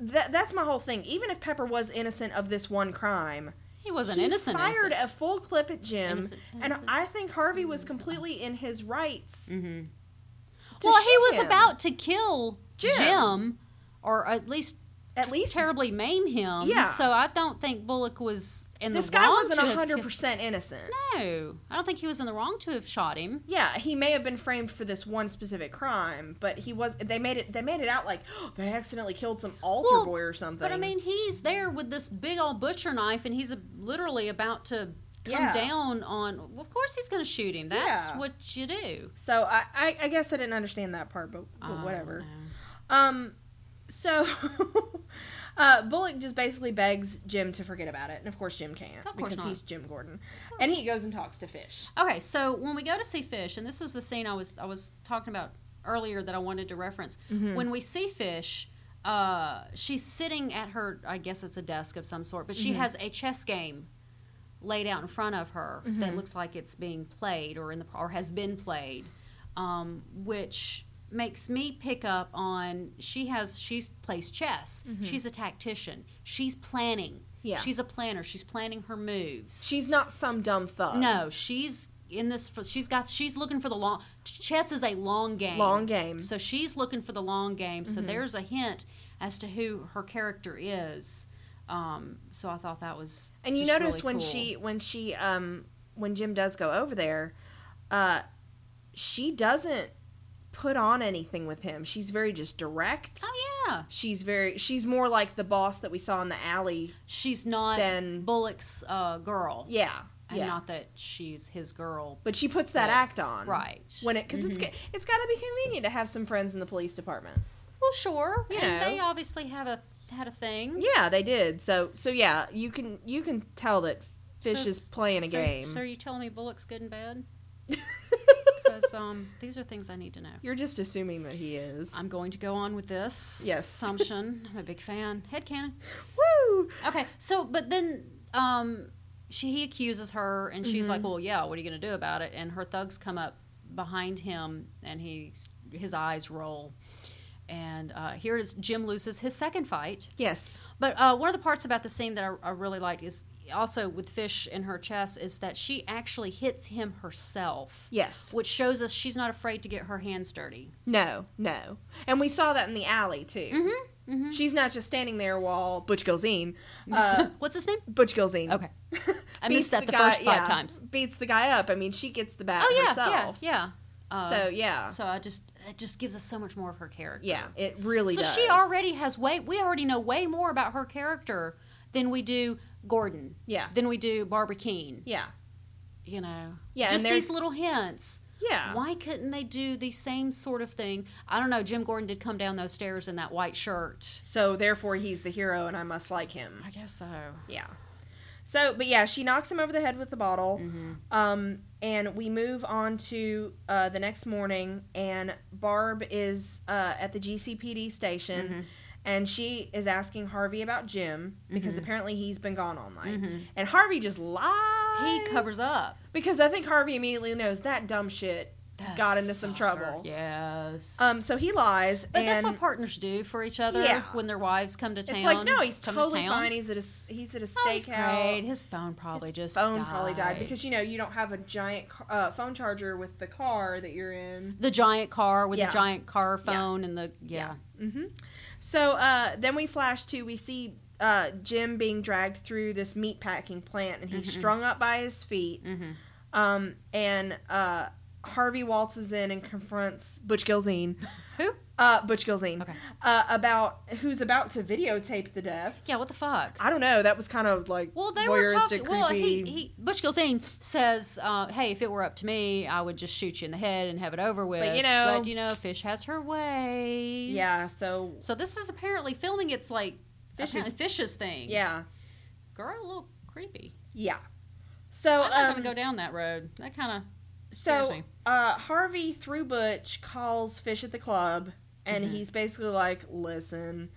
A: that that's my whole thing. Even if Pepper was innocent of this one crime,
B: he was an
A: he
B: innocent.
A: fired
B: innocent.
A: a full clip at Jim,
B: Innocent,
A: and
B: innocent.
A: I think Harvey was completely in his rights.
B: Mm-hmm.
A: to
B: Well, he
A: shoot
B: was
A: him.
B: about to kill
A: Jim.
B: Jim. or at least
A: at least
B: terribly maim him.
A: Yeah.
B: So I don't think Bullock was in
A: this
B: the
A: guy
B: wrong.
A: wasn't
B: to have
A: hundred
B: ki-
A: percent innocent.
B: No, I don't think he was in the wrong to have shot him.
A: Yeah, he may have been framed for this one specific crime, but he was. They made it. They made it out like they accidentally killed some altar
B: Well,
A: boy or something.
B: But I mean, he's there with this big old butcher knife, and he's a, literally about to come
A: Yeah.
B: down on. well, of course, he's going to shoot him. That's
A: Yeah.
B: what you do.
A: So I, I, I guess I didn't understand that part, but,
B: I
A: but
B: don't
A: whatever.
B: know.
A: Um, so uh, Bullock just basically begs Jim to forget about it, and of course Jim can't
B: Of course
A: because
B: not.
A: he's Jim Gordon, and he goes and talks to Fish.
B: Okay, so when we go to see fish, and this is the scene I was I was talking about earlier that I wanted to reference.
A: Mm-hmm.
B: When we see fish, uh, she's sitting at her I guess it's a desk of some sort, but she
A: Mm-hmm.
B: has a chess game laid out in front of her
A: Mm-hmm.
B: that looks like it's being played or in the or has been played, um, which makes me pick up on she has she's plays chess. She's a tactician. She's planning.
A: Mm-hmm. Yeah.
B: She's a planner. She's planning her moves.
A: She's not some dumb thug.
B: No, she's in this. For, she's got. She's looking for the long. Chess is a long game.
A: long game. Mm-hmm.
B: So she's looking for the long game. So there's a hint as to who her character is. Um, so I thought that was.
A: And you
B: just
A: notice
B: really
A: when
B: cool.
A: she when she um when Jim does go over there, uh she doesn't put on anything with him. She's very just direct.
B: Oh yeah,
A: She's very she's more like the boss that we saw in the alley
B: she's not
A: than
B: Bullock's uh, girl,
A: yeah.
B: and
A: Yeah.
B: not that she's his girl.
A: but she puts that
B: Yeah.
A: act on.
B: Right.
A: Um, When it cuz it's
B: Mhm.
A: it's it's got to be convenient to have some friends in the police department.
B: Well, sure.
A: You
B: and
A: know.
B: they obviously have a had a thing.
A: Yeah, they did. So so yeah, you can you can tell that Fish
B: So-
A: is playing a
B: so-
A: game.
B: So are you telling me Bullock's good and bad? Because um, these are things I need to know.
A: You're just assuming that he is.
B: I'm going to go on with this
A: Yes.
B: assumption. I'm a big fan. Headcanon.
A: Woo!
B: Okay, so but then um, she he accuses her, and she's
A: Mm-hmm.
B: like, "Well, yeah, what are you going to do about it?" And her thugs come up behind him, and he's his eyes roll. And uh, here is Jim loses his second fight.
A: Yes.
B: But uh, one of the parts about the scene that I, I really liked is also with Fish in her chest is that she actually hits him herself,
A: Yes.
B: which shows us she's not afraid to get her hands dirty.
A: No, no. And we saw that in the alley too. Mm-hmm, She's not just standing there while Butch Gilzine, uh,
B: What's his name?
A: Butch Gilzine.
B: Okay. I
A: beats
B: missed that the,
A: guy-
B: first five
A: yeah,
B: times.
A: Beats the guy up. I mean, she gets the bat
B: Oh yeah,
A: herself.
B: yeah, yeah. Uh,
A: so yeah,
B: so I just it just gives us so much more of her character.
A: yeah, it really.
B: So
A: does.
B: she already has way we already know way more about her character than we do Gordon.
A: Yeah.
B: Than we do Barbara Keene.
A: Yeah,
B: You know.
A: Yeah, and
B: Just
A: there's-
B: these little hints.
A: yeah.
B: Why couldn't they do the same sort of thing? I don't know. Jim Gordon did come down those stairs in that white shirt.
A: So therefore, he's the hero, and I must like him.
B: I guess so.
A: Yeah. So, but yeah, she knocks him over the head with the bottle.
B: Mm-hmm.
A: Um, and we move on to uh, the next morning, and Barb is uh, at the GCPD station,
B: Mm-hmm.
A: and she is asking Harvey about Jim because
B: Mm-hmm.
A: apparently he's been gone all night. And Harvey just lies.
B: He covers up.
A: Because I think Harvey immediately knows that dumb shit
B: That
A: got into some
B: fucker.
A: trouble.
B: Yes.
A: Um, so he lies.
B: But
A: and
B: that's what partners do for each other
A: Yeah.
B: when their wives come to town.
A: It's like, no, he's
B: come to
A: totally
B: town.
A: fine. He's at a, s- he's at a
B: Oh, it's
A: steakhouse.
B: great. His phone probably
A: His
B: just
A: phone
B: died.
A: probably died because you know you don't have a giant ca- uh, phone charger with the car that you're in.
B: the giant car with
A: Yeah.
B: the giant car phone and the yeah.
A: So uh, then we flash to we see uh, Jim being dragged through this meat packing plant and he's
B: Mm-hmm.
A: strung up by his feet. Um, and uh, Harvey waltzes in and confronts Butch Gilzine.
B: Who?
A: Uh, Butch Gilzine.
B: Okay.
A: Uh, about who's about to videotape the death.
B: Yeah, what the fuck?
A: I don't know. That was kind of like
B: Well, they were
A: voyeuristic,
B: talking. Well, he,
A: creepy.
B: he Butch Gilzine says, uh, "Hey, if it were up to me, I would just shoot you in the head and have it over with."
A: you know-
B: but you know, Fish has her ways.
A: yeah. So
B: So this is apparently filming. It's like
A: Fish's-
B: Fish's Fish's thing.
A: yeah,
B: girl, a little creepy.
A: yeah. So
B: I'm not
A: um,
B: gonna go down that road. That kind Scares
A: So
B: me.
A: uh, Harvey through Butch calls Fish at the club, and
B: Mm-hmm.
A: he's basically like, "Listen,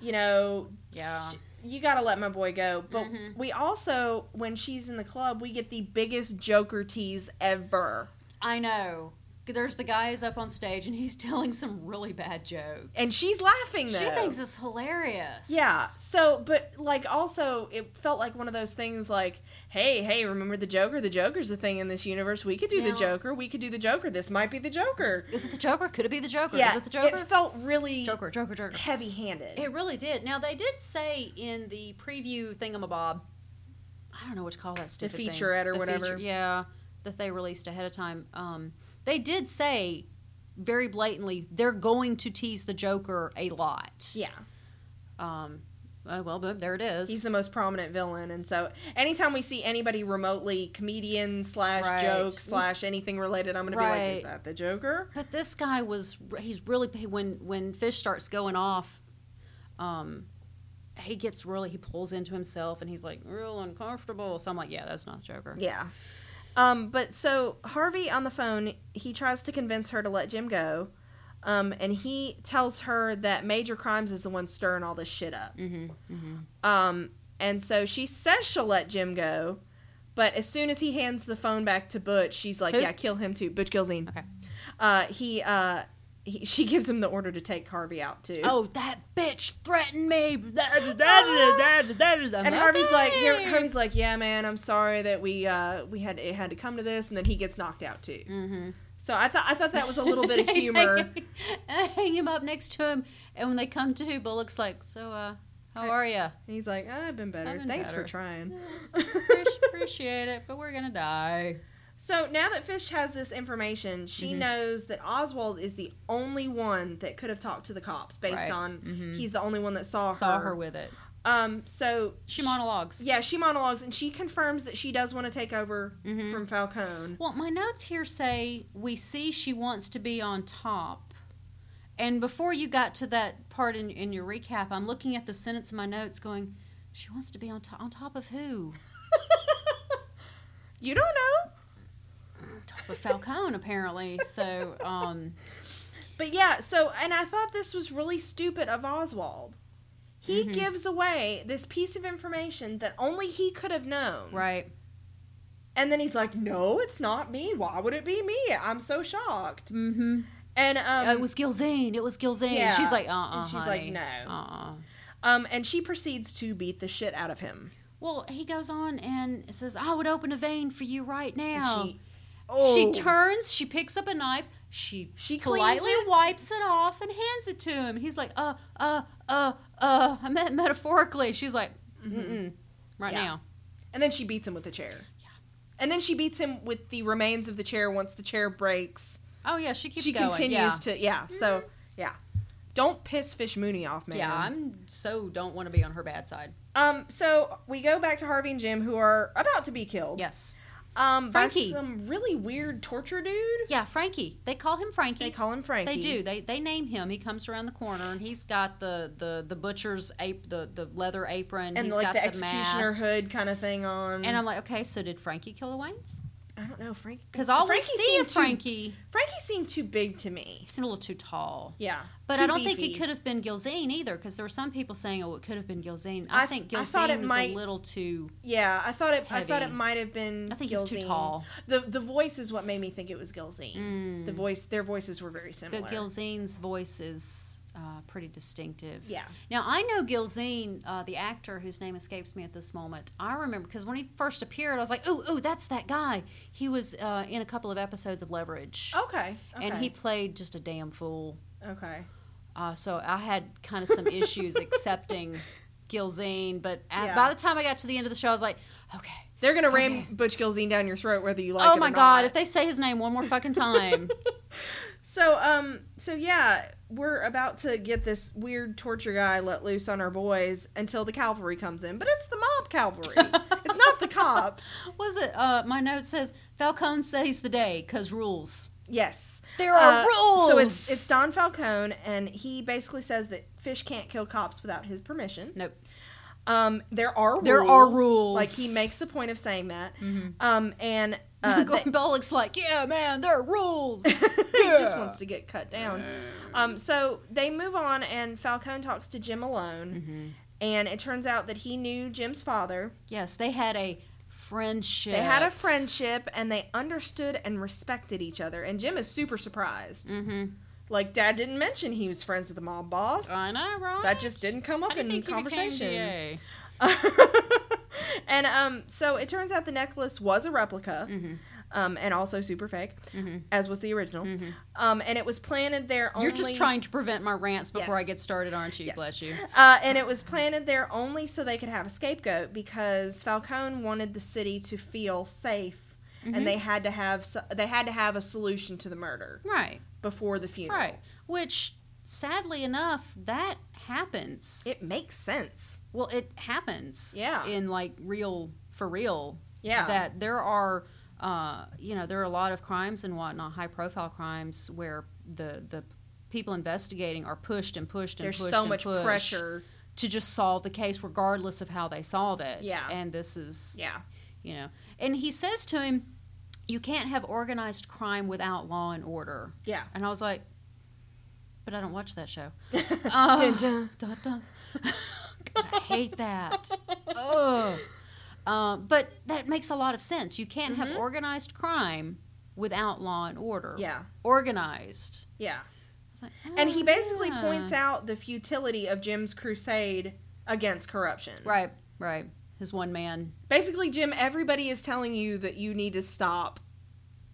A: you know,
B: Yeah. Mm-hmm.
A: sh- you got to let my boy go." But we also, when she's in the club, we get the biggest Joker tease ever,
B: of I know. There's the guy is up on stage and he's telling some really bad jokes.
A: and she's laughing. Though.
B: She thinks it's hilarious.
A: Yeah. So, but like, also, it felt like one of those things. Like, hey, hey, remember the Joker? The Joker's a thing in this universe. We could do the
B: Now-
A: Joker. We could do the Joker. This might be the Joker.
B: Is it the Joker? Could it be the Joker?
A: Yeah.
B: Is it the Joker?
A: It felt really
B: Joker, Joker, Joker.
A: heavy-handed.
B: It really did. Now they did say in the preview thingamabob, I don't know what to call that stupid thing.
A: featurette or
B: The
A: whatever.
B: yeah, that they released ahead of time. Um, they did say very blatantly they're going to tease the Joker a lot.
A: Yeah.
B: Um, Uh, well, but there it is.
A: He's the most prominent villain, and so anytime we see anybody remotely comedian slash
B: Right.
A: joke slash anything related, I'm gonna be like,
B: Right.
A: is that the Joker?
B: But this guy was he's really when when fish starts going off, um, he gets really he pulls into himself and he's like real uncomfortable. So I'm like, yeah, that's not the Joker.
A: Yeah. Um, but so Harvey on the phone, he tries to convince her to let Jim go, um, and he tells her that Major Crimes is the one stirring all this shit up.
B: Mm-hmm, mm-hmm.
A: Um, and so she says she'll let Jim go, but as soon as he hands the phone back to Butch, she's like,
B: Who?
A: "Yeah, kill him too." Butch Gilzine.
B: Okay.
A: Uh, he, uh, he, she gives him the order to take Harvey out too.
B: Oh, that bitch threatened me.
A: And Harvey's like, here, Harvey's like, yeah, man, I'm sorry that we uh, we had it had to come to this, and then he gets knocked out too.
B: Mm-hmm.
A: So I thought I thought that was a little bit of humor.
B: I hang him up next to him, and when they come to, Bullock's like, "So, uh, how are you?
A: And he's like, "Ah, I've been better.
B: I've been
A: Thanks
B: better."
A: for trying.
B: Appreciate it, but we're gonna die."
A: so now that Fish has this information, she
B: Mhm.
A: knows that Oswald is the only one that could have talked to the cops based
B: Right.
A: on
B: Mhm.
A: he's the only one that saw,
B: Saw
A: her.
B: her with it.
A: Um, so
B: She monologues.
A: Yeah, she monologues and she confirms that she does want to take over
B: Mhm.
A: from Falcone.
B: Well, my notes here say we see she wants to be on top. And before you got to that part in, in your recap, I'm looking at the sentence in my notes going, she wants to be on top on top of who?
A: you don't know,
B: On top of Falcone, apparently. So, um,
A: but yeah. So and I thought this was really stupid of Oswald. He
B: Mhm.
A: gives away this piece of information that only he could have known.
B: right.
A: And then he's like, "No, it's not me. Why would it be me? I'm so shocked."
B: Mm-hmm.
A: And um,
B: it was Gilzane. It was Gilzane.
A: yeah.
B: She's like, uh-uh,
A: and she's
B: honey.
A: like, "No."
B: Uh-uh.
A: Um, and she proceeds to beat the shit out of him.
B: Well, he goes on and says, I would open a vein for you right
A: And
B: now.
A: she, oh,
B: She turns, she picks up a knife, she
A: She cleans
B: politely
A: it?
B: wipes it off and hands it to him. He's like, uh, uh, uh, uh. I meant metaphorically. She's like, mm mm,
A: Mm-hmm.
B: right
A: Yeah.
B: now.
A: and then she beats him with a chair. Yeah. And then she beats him with the remains of the chair. Once the chair breaks,
B: Oh yeah, she keeps
A: she
B: going.
A: continues
B: yeah. Mm-hmm.
A: to yeah. So yeah, don't piss Fish Mooney off, man.
B: Yeah, I'm so don't want to be on her bad side.
A: um. So we go back to Harvey and Jim, who are about to be killed.
B: Yes.
A: Um.
B: Frankie.
A: By some really weird torture dude.
B: Yeah, Frankie. They call him Frankie.
A: They call him Frankie.
B: They do. They they name him. He comes around the corner and he's got the the the butcher's ape the the leather apron.
A: and
B: He's
A: like
B: got
A: the executioner
B: mask.
A: hood kind of thing on.
B: And I'm like, okay, so did Frankie kill the Waynes?
A: I don't know Frankie
B: Because all
A: Frankie
B: we see
A: seemed
B: of Frankie,
A: Too, Frankie seemed too big to me.
B: he seemed a little too tall.
A: Yeah,
B: But
A: too
B: I don't think
A: beefy.
B: it could have been Gilzine either, because there were some people saying, "Oh, it could have been Gilzine."
A: I
B: I,
A: th-
B: think
A: I
B: Gilzine
A: thought it
B: was
A: might-
B: a little too.
A: Yeah, I thought it. I thought it
B: Heavy.
A: might have been.
B: I think he was too
A: Gilzine.
B: tall.
A: The the voice is what made me think it was Gilzine.
B: Mm.
A: The voice, their voices were very similar.
B: But Gilzine's voice is uh, pretty distinctive.
A: Yeah,
B: Now I know Gilzine, uh, the actor whose name escapes me at this moment. I remember because when he first appeared, I was like, "Ooh, ooh, that's that guy." He was uh, in a couple of episodes of Leverage,
A: okay, Oh, okay.
B: and he played just a damn fool.
A: okay.
B: Uh, so I had kind of some issues accepting Gilzine, but at,
A: Yeah.
B: by the time I got to the end of the show, I was like, "Okay."
A: They're gonna ram
B: Okay.
A: Butch Gilzine down your throat whether you like it or
B: oh my
A: not.
B: god! If they say his name one more fucking time,
A: So um so yeah, we're about to get this weird torture guy let loose on our boys until the cavalry comes in, but it's the mob cavalry. it's not the cops.
B: was it? Uh, my note says Falcone saves the day because rules.
A: Yes.
B: There are
A: Uh,
B: rules.
A: So it's it's Don Falcone and he basically says that fish can't kill cops without his permission.
B: Nope.
A: Um there are rules.
B: There are rules.
A: Like he makes the point of saying that. Um and uh,
B: Going Bullock's like, yeah, man, there are rules.
A: he just
B: Yeah.
A: wants to get cut down. Um, so they move on, and Falcone talks to Jim Malone,
B: Mm-hmm.
A: and it turns out that he knew Jim's father.
B: yes, they had a friendship.
A: They had a friendship, and they understood and respected each other. And Jim is super surprised.
B: Mm-hmm.
A: Like Dad didn't mention he was friends with the mob boss.
B: I know, right?
A: that just didn't come
B: How
A: up
B: do you
A: in
B: think he became
A: conversation.
B: DA?
A: and um, so it turns out the necklace was a replica,
B: Mm-hmm.
A: um, and also super fake, as was the original. Um, and it was planted there only.
B: Mm-hmm. You're just trying to prevent my rants before
A: Yes.
B: I get started, aren't you?
A: Yes.
B: Bless you.
A: Uh, and it was planted there only so they could have a scapegoat because Falcone wanted the city to feel safe,
B: Mm-hmm.
A: and they had to have so- they had to have a solution to the murder
B: Right,
A: before the funeral.
B: right. Which sadly enough, that happens.
A: It makes sense.
B: well, it happens.
A: Yeah.
B: In like real for real.
A: Yeah.
B: That there are, uh, you know, there are a lot of crimes and whatnot, high profile crimes where the the people investigating are pushed and pushed and
A: There's
B: pushed
A: so
B: and
A: much
B: pushed
A: pressure.
B: to just solve the case regardless of how they solve it.
A: Yeah.
B: And this is
A: Yeah.
B: you know. And he says to him, You can't have organized crime without law and order.
A: Yeah.
B: And I was like, But I don't watch that show.
A: Dun
B: Oh,
A: dun.
B: dun, dun. God, I hate that. Ugh. Uh, but that makes a lot of sense. You can't have
A: Mhm.
B: organized crime without law and order.
A: Yeah.
B: Organized.
A: Yeah.
B: I was like,
A: And he
B: "Oh,
A: basically
B: yeah."
A: points out the futility of Jim's crusade against corruption.
B: Right, right. His one man.
A: Basically, Jim, everybody is telling you that you need to stop,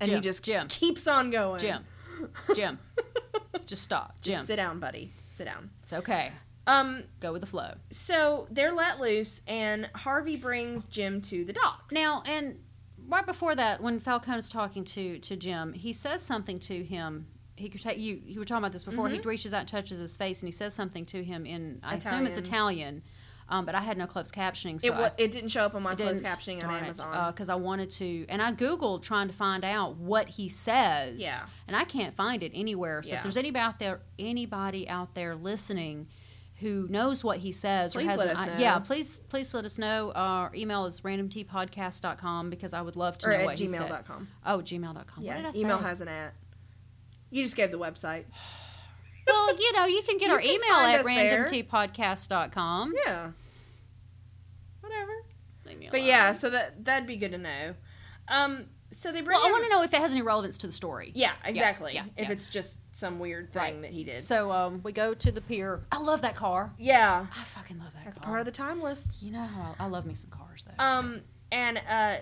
A: and he
B: Jim,
A: just
B: Jim.
A: keeps on going.
B: Jim. Jim. Just stop.
A: Just
B: Jim.
A: sit down, buddy. Sit down.
B: It's okay.
A: Um,
B: Go with the flow.
A: so they're let loose, and Harvey brings Jim to the docks.
B: Now, and right before that, when Falcone's talking to to Jim, he says something to him. He could take you. You were talking about this before.
A: Mm-hmm.
B: He reaches out, and touches his face, and he says something to him in. I assume it's Italian, um, but I had no closed captioning, so
A: it wa
B: I,
A: it didn't show up on my
B: I
A: closed
B: didn't. uh,
A: captioning on Amazon.
B: because I wanted to, and I googled trying to find out what he says.
A: Yeah.
B: and I can't find it anywhere. So
A: Yeah.
B: if there's anybody out there, anybody out there listening. Who knows what he says?
A: Please
B: or has
A: let
B: an
A: us
B: i-
A: know.
B: Yeah, please, please let us know. Our email is randomtpodcast.com because I would love to
A: or
B: know
A: at
B: what he said.
A: gmail.com.
B: Oh, gmail.com.
A: Yeah,
B: what did I
A: email
B: say?
A: has an at. You just gave the website.
B: well, you know, you can get
A: You
B: our
A: can
B: email
A: find
B: at
A: us there.
B: randomtpodcast.com.
A: Yeah. Whatever.
B: Leave me
A: But
B: alone.
A: yeah, so that that'd be good to know. Um, so they bring.
B: Well, I
A: him-
B: want to know if it has any relevance to the story.
A: Yeah, exactly.
B: yeah,
A: if
B: yeah.
A: it's just some weird thing
B: Right.
A: that he did.
B: So um, we go to the pier. I love that car.
A: yeah,
B: I fucking love that
A: that's
B: car.
A: part of the timeless.
B: You know how I, I love me some cars, though. so.
A: Um, and uh,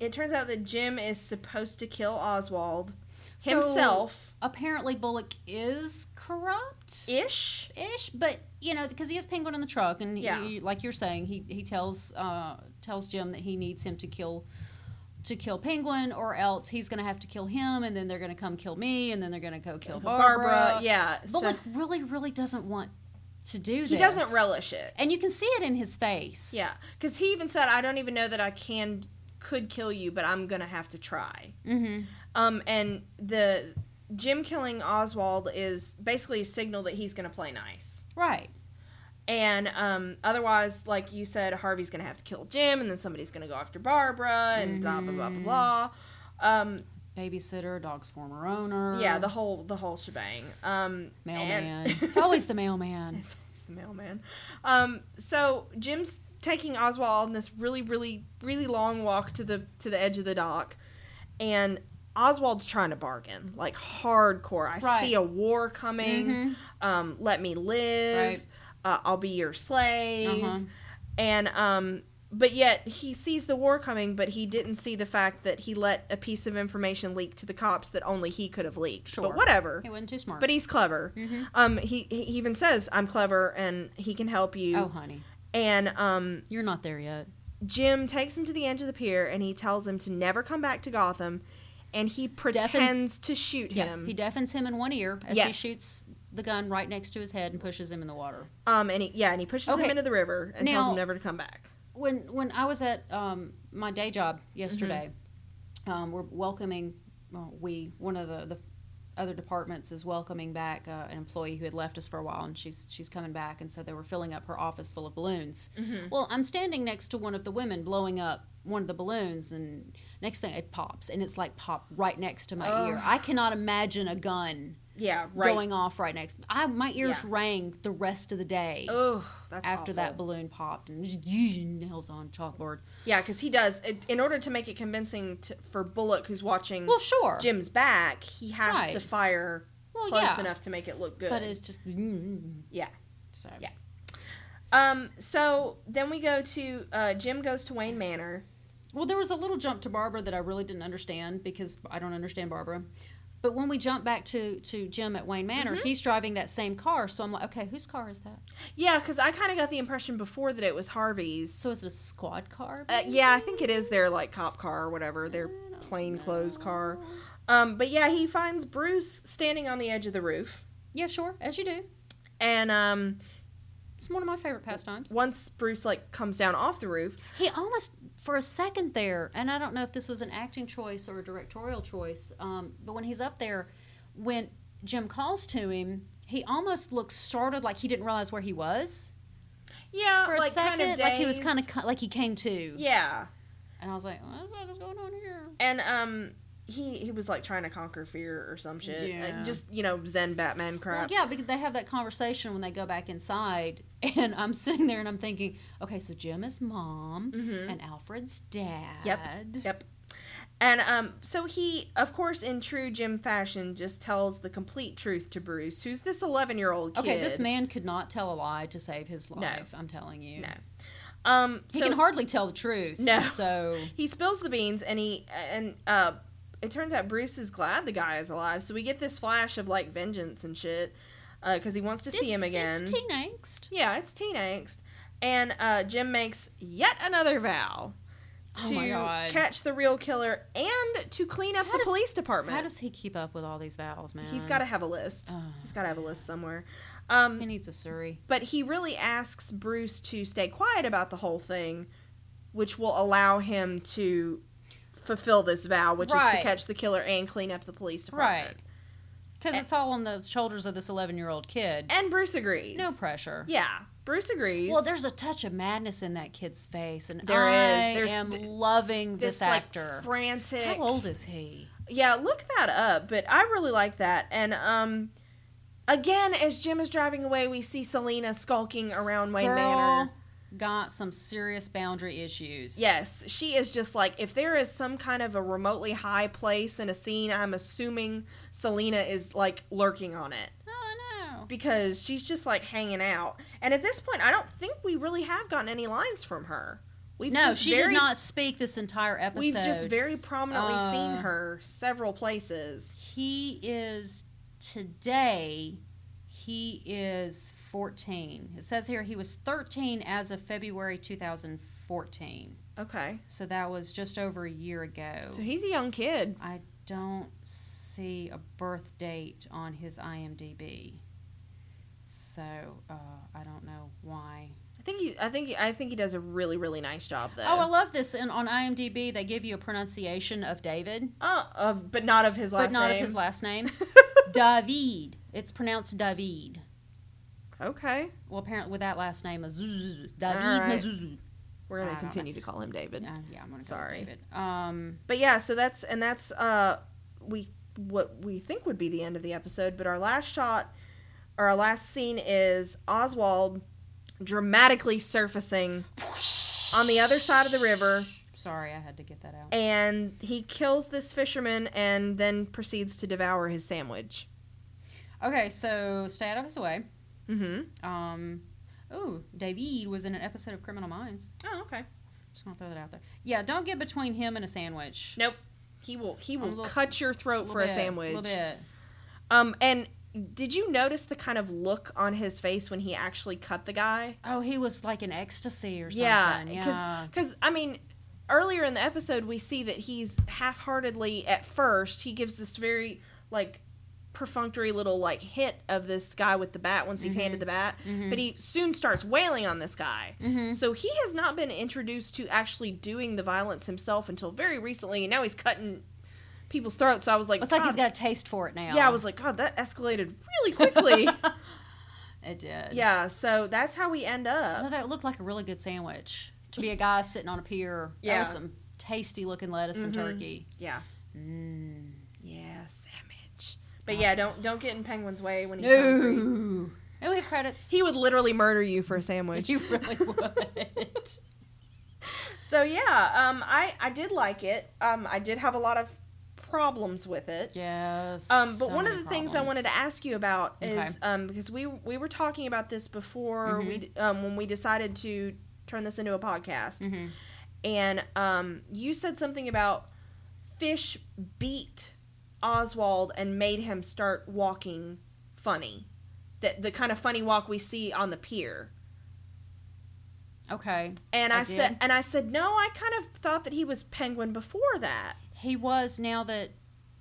A: it turns out that Jim is supposed to kill Oswald
B: So,
A: himself,
B: apparently, Bullock is corrupt
A: ish.
B: ish, but, you know, because he has Penguin in the truck, and he-
A: Yeah.
B: like you're saying, he, he tells, uh, tells Jim that he needs him to kill to kill Penguin, or else he's going to have to kill him, and then they're going to come kill me, and then they're going to go kill Barbara.
A: yeah.
B: But
A: so
B: like, really, really doesn't want to do this.
A: he doesn't relish it.
B: and you can see it in his face.
A: Yeah, because he even said, "I don't even know that I can could kill you, but I'm gonna have to try."
B: Mm-hmm.
A: Um, and the Jim killing Oswald is basically a signal that he's gonna play nice.
B: Right.
A: And um, otherwise, like you said, Harvey's gonna have to kill Jim, and then somebody's gonna go after Barbara, and blah blah blah blah
B: Mm-hmm.
A: blah. Um,
B: Babysitter, dog's former owner.
A: yeah, the whole the whole shebang. Um,
B: mailman.
A: and-
B: it's always the mailman.
A: it's always the mailman. Um, so Jim's taking Oswald on this really really really long walk to the to the edge of the dock, and Oswald's trying to bargain like hardcore. I
B: Right.
A: see a war coming.
B: Mhm.
A: Um, let me live.
B: Right.
A: Uh, I'll be your slave.
B: Uh-huh.
A: and um but yet he sees the war coming but he didn't see the fact that he let a piece of information leak to the cops that only he could have leaked
B: Sure.
A: but whatever
B: He wasn't too smart.
A: but he's clever
B: Mhm.
A: um he, he even says i'm clever and he can help you
B: oh, honey,
A: and um
B: you're not there yet.
A: jim takes him to the edge of the pier and he tells him to never come back to gotham and he
B: and-
A: pretends to shoot
B: Yeah.
A: him
B: He deafens him in one ear as he
A: Yes.
B: shoots the gun right next to his head and pushes him in the water.
A: um and he, yeah and he pushes him
B: Okay.
A: into the river and tells
B: Now-
A: him never to come back
B: when when I was at um, my day job yesterday,
A: Mm-hmm.
B: um, we're welcoming well, we one of the, the other departments is welcoming back uh, an employee who had left us for a while, and she's she's coming back, and so they were filling up her office full of balloons.
A: Mm-hmm.
B: Well, I'm standing next to one of the women blowing up one of the balloons, and next thing it pops, and it's like pop right next to my ear. I cannot imagine a gun
A: yeah right
B: going off right next. I my ears
A: Yeah.
B: rang the rest of the day
A: oh that's
B: after
A: awful.
B: that balloon popped and nails on chalkboard.
A: Yeah, because he does. It, in order to make it convincing to, for Bullock, who's watching
B: Well, sure.
A: Jim's back, he has
B: Right.
A: to fire
B: Well,
A: close
B: yeah.
A: enough to make it look good.
B: But it's just mm,
A: yeah.
B: so.
A: Yeah. Um. So then we go to uh, Jim goes to Wayne Manor.
B: Well, there was a little jump to Barbara that I really didn't understand because I don't understand Barbara. But when we jump back to to Jim at Wayne Manor,
A: Mm-hmm.
B: he's driving that same car, so I'm like, okay, whose car is that?
A: Yeah, because I kind of got the impression before that it was Harvey's.
B: So is it a squad car?
A: Uh, yeah, I think it is their like cop car or whatever, their plain clothes car. Um. But yeah, he finds Bruce standing on the edge of the roof.
B: Yeah, sure, as you do.
A: And um,
B: It's one of my favorite pastimes.
A: once Bruce like comes down off the roof,
B: He almost, for a second there, and I don't know if this was an acting choice or a directorial choice, um, but when he's up there, when Jim calls to him, he almost looks startled, like he didn't realize where he was
A: yeah,
B: for a
A: like, kinda
B: second, like he was
A: dazed.
B: kind of like he came to,
A: yeah.
B: and I was like, what the fuck is going on here?
A: And um, he he was like trying to conquer fear or some shit.
B: Yeah.
A: Like, just you know Zen Batman crap.
B: Well, yeah, because they have that conversation when they go back inside, and I'm sitting there and I'm thinking, okay, so Jim is mom
A: Mhm.
B: and Alfred's dad.
A: Yep. And um, so he, of course, in true Jim fashion, just tells the complete truth to Bruce, who's this 11 year old kid.
B: Okay, this man could not tell a lie to save his life. I'm telling you.
A: No. Um,
B: He
A: so
B: can hardly tell the truth.
A: No.
B: So
A: he spills the beans, and he and uh, it turns out Bruce is glad the guy is alive. So we get this flash of like vengeance and shit, because he wants to see
B: It's-
A: him again.
B: It's teen angst.
A: yeah, it's teen angst, and uh, Jim makes yet another vow
B: Oh
A: to
B: my God.
A: catch the real killer and to clean up
B: How
A: the
B: does-
A: police department.
B: How does he keep up with all these vowels, man?
A: He's got to have a list.
B: Oh,
A: He's got to have a list somewhere.
B: he
A: Um,
B: needs a Surrey.
A: but he really asks Bruce to stay quiet about the whole thing, which will allow him to fulfill this vow, which is to
B: Right.
A: catch the killer and clean up the police department.
B: Right.
A: Eh.
B: Because it's all on the shoulders of this 11 year old kid.
A: And Bruce agrees.
B: No pressure.
A: Yeah, Bruce agrees.
B: Well, there's a touch of madness in that kid's face, and
A: There is.
B: I
A: There's
B: am
A: th-
B: loving this, actor.
A: like frantic.
B: How old is he?
A: Yeah, look that up. But I really like that. And um, again, as Jim is driving away, we see Selena skulking around Wayne
B: Girl
A: Manor.
B: got some serious boundary issues.
A: Yes, she is just like if there is some kind of a remotely high place in a scene, I'm assuming Selena is like lurking on it
B: Oh no.
A: because she's just like hanging out. And at this point, I don't think we really have gotten any lines from her. We've
B: No,
A: just
B: she
A: very,
B: did not speak this entire episode.
A: We've just very prominently seen
B: Uh,
A: her several places.
B: he is today. He is 14. It says here he was 13 as of February 2014.
A: Okay,
B: So that was just over a year ago.
A: so he's a young kid.
B: I don't see a birth date on his IMDb. So uh, I don't know why.
A: I think he. I think. I think he does a really, really nice job though.
B: Oh, I love this. And on IMDb, they give you a pronunciation of David,
A: Uh, of, but not of his last
B: but not
A: name.
B: of his last name. David. It's pronounced David.
A: okay,
B: Well, apparently with that last name, Mazuzu. David
A: All right.
B: Mazuzu.
A: we're
B: I
A: gonna
B: don't
A: continue to call him David.
B: Uh, yeah, I'm gonna go
A: Sorry.
B: with David. Um,
A: but yeah so that's and that's uh we what we think would be the end of the episode but our last shot or our last scene is oswald dramatically surfacing on the other side of the river
B: sorry, I had to get that out.
A: and he kills this fisherman and then proceeds to devour his sandwich
B: Okay, so stay out of his way.
A: mm-hmm
B: Um, oh, David was in an episode of Criminal Minds.
A: oh okay
B: Just gonna throw that out there. Yeah, don't get between him and a sandwich.
A: nope he will he will
B: A little-
A: cut your throat for a
B: Little bit,
A: sandwich
B: Little bit.
A: um and did you notice the kind of look on his face when he actually cut the guy
B: Oh, he was like in ecstasy or something.
A: Yeah,
B: Yeah.
A: 'cause- Because I mean, earlier in the episode, we see that he's half-heartedly at first. He gives this very like perfunctory little like hit of this guy with the bat once he's
B: Mhm.
A: handed the bat, but he soon starts wailing on this guy.
B: hmm
A: So he has not been introduced to actually doing the violence himself until very recently, and now he's cutting people's throats. So I was like,
B: It's like he's
A: "God."
B: got a taste for it now.
A: Yeah, I was like, God, that escalated really quickly.
B: it did.
A: yeah, so that's how we end
B: Although
A: up.
B: that looked like a really good sandwich to be a guy sitting on a pier. That
A: Yeah.
B: was some tasty looking lettuce and
A: Mhm.
B: turkey.
A: Yeah.
B: Mm.
A: Yeah, sandwich. But yeah, don't don't get in Penguin's way when he's hungry.
B: No. And we have credits.
A: He would literally murder you for a sandwich.
B: You really would.
A: So yeah, um, I I did like it. Um, I did have a lot of problems with it.
B: yes.
A: Um, but
B: so
A: one of
B: many
A: the things I wanted
B: problems.
A: to ask you about is
B: Okay.
A: um, because we we were talking about this before
B: Mhm.
A: we d- um, when we decided to turn this into a podcast,
B: Mhm.
A: and um, you said something about fish beat Oswald and made him start walking funny. That the kind of funny walk we see on the pier.
B: Okay.
A: And
B: I
A: I, said
B: did?
A: and I said, "No, I kind of thought that he was penguin before that."
B: He was now that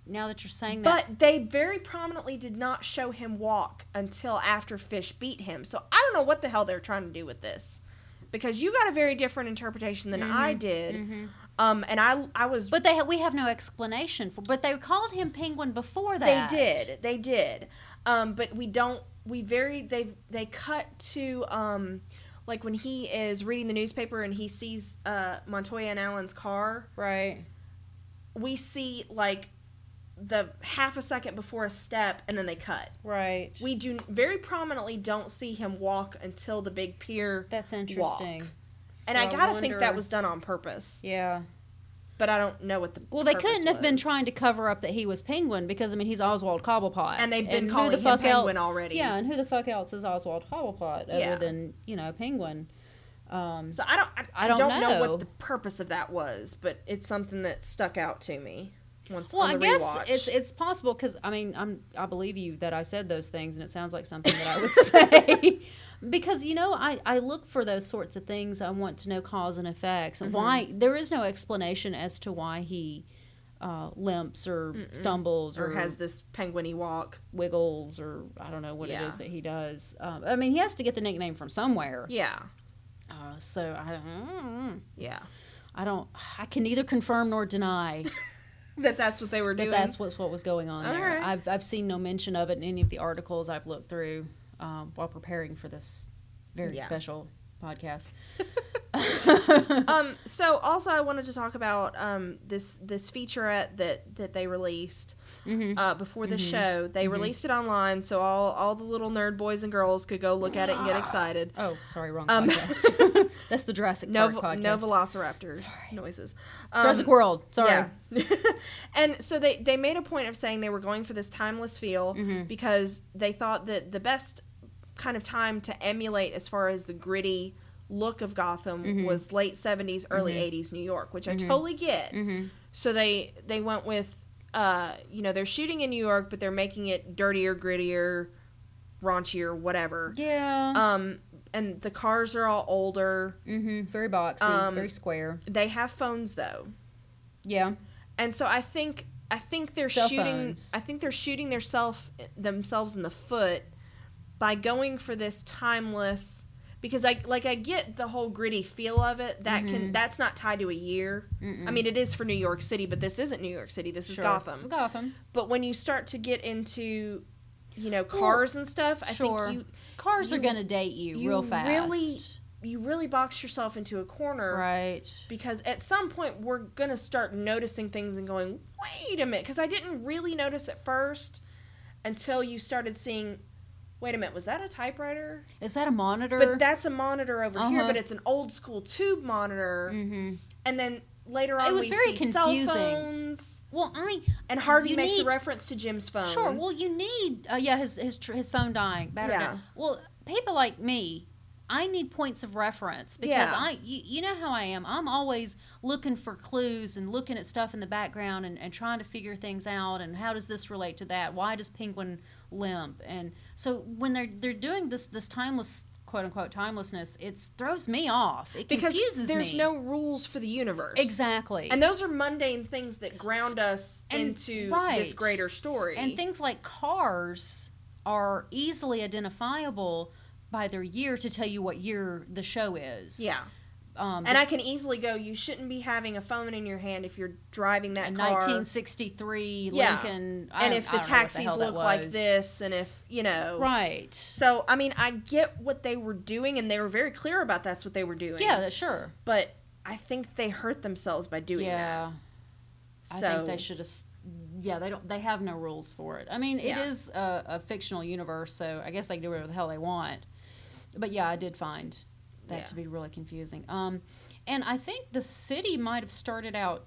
B: Now that you're saying that,
A: But they very prominently did not show him walk until after Fish beat him. So I don't know what the hell they're trying to do with this. Because you got a very different interpretation than I did.
B: Mhm.
A: Um, and I, I was.
B: but they ha- we have no explanation for. But they called him Penguin before
A: they
B: that.
A: did. They did. Um, but we don't. We very. They they cut to. Um, like when he is reading the newspaper and he sees uh, Montoya and Allen's car,
B: right?
A: we see like the half a second before a step, and then they cut.
B: Right.
A: We do very prominently don't see him walk until the big pier,
B: That's interesting.
A: and I
B: So
A: gotta think that
B: wonder-
A: was done on purpose.
B: yeah.
A: But I don't know what the
B: Well, they
A: purpose
B: couldn't have been
A: was.
B: trying to cover up that he was Penguin because I mean he's Oswald Cobblepot,
A: and they've been
B: who
A: calling
B: the
A: him
B: fuck
A: penguin
B: else,
A: already.
B: Yeah, and who the fuck else is Oswald Cobblepot other
A: Yeah.
B: than you know Penguin? Um,
A: So I don't. I,
B: I don't
A: don't know.
B: know.
A: what the purpose of that was, but it's something that stuck out to me once
B: well,
A: on
B: I
A: the
B: guess
A: rewatch.
B: it's it's possible because I mean I'm I believe you that I said those things and it sounds like something that I would say because you know I I look for those sorts of things. I want to know cause and effects and why there is no explanation as to why he. Uh, limps or stumbles
A: or has this penguiny walk.
B: wiggles or I don't know what it is
A: Yeah.
B: that he does. Um, I mean, he has to get the nickname from somewhere.
A: Yeah,
B: Uh, so I, mm,
A: yeah.
B: I don't. I can neither confirm nor deny
A: That that's what they were
B: that
A: doing.
B: that's what's what was going on
A: All
B: there.
A: right.
B: I've I've seen no mention of it in any of the articles I've looked through um, while preparing for this very
A: Yeah.
B: special podcast.
A: um. So also, I wanted to talk about um this this featurette that that they released
B: Mhm.
A: uh, before the show. They
B: Mm-hmm.
A: released it online, so all all the little nerd boys and girls could go look at it and get excited.
B: Oh, sorry, wrong
A: Um,
B: podcast. That's the Jurassic
A: No,
B: Park
A: ve-
B: podcast.
A: no velociraptor
B: Sorry.
A: noises.
B: Jurassic World. Sorry.
A: um, Yeah. and so they, they made a point of saying they were going for this timeless feel
B: Mm-hmm.
A: because they thought that the best kind of time to emulate as far as the gritty look of Gotham
B: Mm-hmm.
A: was late 70s, early 80s New York, which I totally
B: Mm-hmm.
A: get. So they they went with uh, you know, they're shooting in New York, but they're making it dirtier, grittier, raunchier, whatever.
B: Yeah.
A: Um and the cars are all older.
B: hmm Very boxy.
A: um,
B: very square.
A: They have phones though.
B: Yeah.
A: and so I think I think they're
B: Cell
A: shooting.
B: phones.
A: I think they're shooting their self, themselves in the foot by going for this timeless. Because I like I get the whole gritty feel of it. That
B: Mm-hmm.
A: can that's not tied to a year. I mean, it is for New York City, but this isn't New York City. This is
B: Sure.
A: Gotham.
B: This is Gotham.
A: But when you start to get into, you know, cars and stuff, I
B: Sure.
A: think you
B: Cars are
A: You-
B: going to date you,
A: you
B: real fast.
A: really- you really box yourself into a corner.
B: Right.
A: because at some point we're gonna start noticing things and going, wait a minute, because I didn't really notice at first until you started seeing, wait a minute, was that a typewriter?
B: Is that a monitor?
A: But that's a monitor over here,
B: Uh-huh.
A: but it's an old school tube monitor.
B: Mhm.
A: And then later on,
B: It was
A: we
B: very
A: see cell
B: confusing.
A: phones,
B: Well, I
A: and Harvey
B: You
A: makes a
B: need-
A: reference to Jim's phone.
B: sure. Well, you need uh, yeah his his tr- his phone dying battery.
A: Yeah.
B: dying. Well, people like me, I need points of reference because
A: Yeah.
B: I you, you know how I am. I'm always looking for clues and looking at stuff in the background and, and trying to figure things out and how does this relate to that? Why does Penguin limp? And so when they're they're doing this this timeless quote unquote timelessness, it throws me off. It
A: because
B: confuses
A: there's
B: me.
A: no rules for the universe.
B: exactly.
A: And those are mundane things that ground us
B: And-
A: into this
B: right.
A: greater story.
B: And things like cars are easily identifiable by their year to tell you what year the show is.
A: yeah.
B: Um,
A: And I can easily go, you shouldn't be having a phone in your hand if you're driving
B: a
A: that car.
B: 1963
A: Yeah.
B: Lincoln. I
A: and
B: don't-
A: if the
B: I don't know what
A: taxis
B: hell that
A: look like
B: was.
A: this, and if, you know.
B: Right.
A: So, I mean, I get what they were doing, and they were very clear about that's what they were doing.
B: Yeah, sure.
A: But I think they hurt themselves by doing
B: yeah.
A: that.
B: I
A: So,
B: think they should have. Yeah, they don't. They have no rules for it. I mean, it
A: Yeah.
B: is a, a fictional universe, so I guess they can do whatever the hell they want. But yeah, I did find that
A: Yeah.
B: to be really confusing. Um, and I think the city might have started out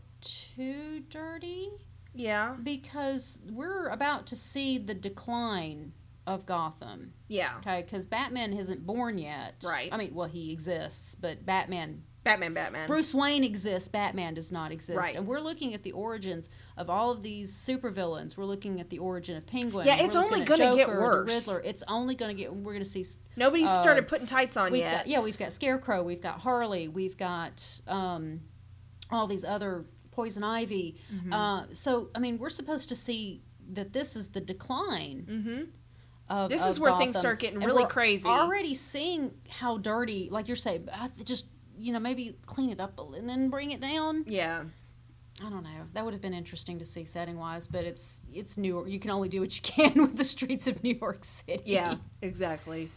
B: too dirty
A: Yeah.
B: because we're about to see the decline of Gotham.
A: Yeah.
B: Okay, because Batman isn't born yet.
A: Right.
B: I mean, well, he exists, but Batman
A: Batman, Batman.
B: Bruce Wayne exists, Batman does not exist.
A: Right.
B: And we're looking at the origins of all of these supervillains. We're looking at the origin of Penguin.
A: Yeah,
B: We're
A: it's only
B: looking at
A: gonna get
B: Joker, the
A: worse.
B: Riddler. It's only going to get we're going to see s-
A: Nobody's
B: uh,
A: started putting tights on
B: we've
A: yet.
B: got yeah, we've got Scarecrow, we've got Harley, we've got um all these other Poison Ivy.
A: Mm-hmm.
B: Uh, so I mean, we're supposed to see that this is the decline.
A: Mm-hmm.
B: Of,
A: This
B: of
A: is where things
B: Gotham.
A: start getting
B: And
A: really
B: we're
A: crazy.
B: Already seeing how dirty, like you're saying, I th- just you know maybe clean it up a- and then bring it down.
A: Yeah.
B: I don't know. That would have been interesting to see setting wise, but it's it's New York. You can only do what you can with the streets of New York City.
A: Yeah, exactly.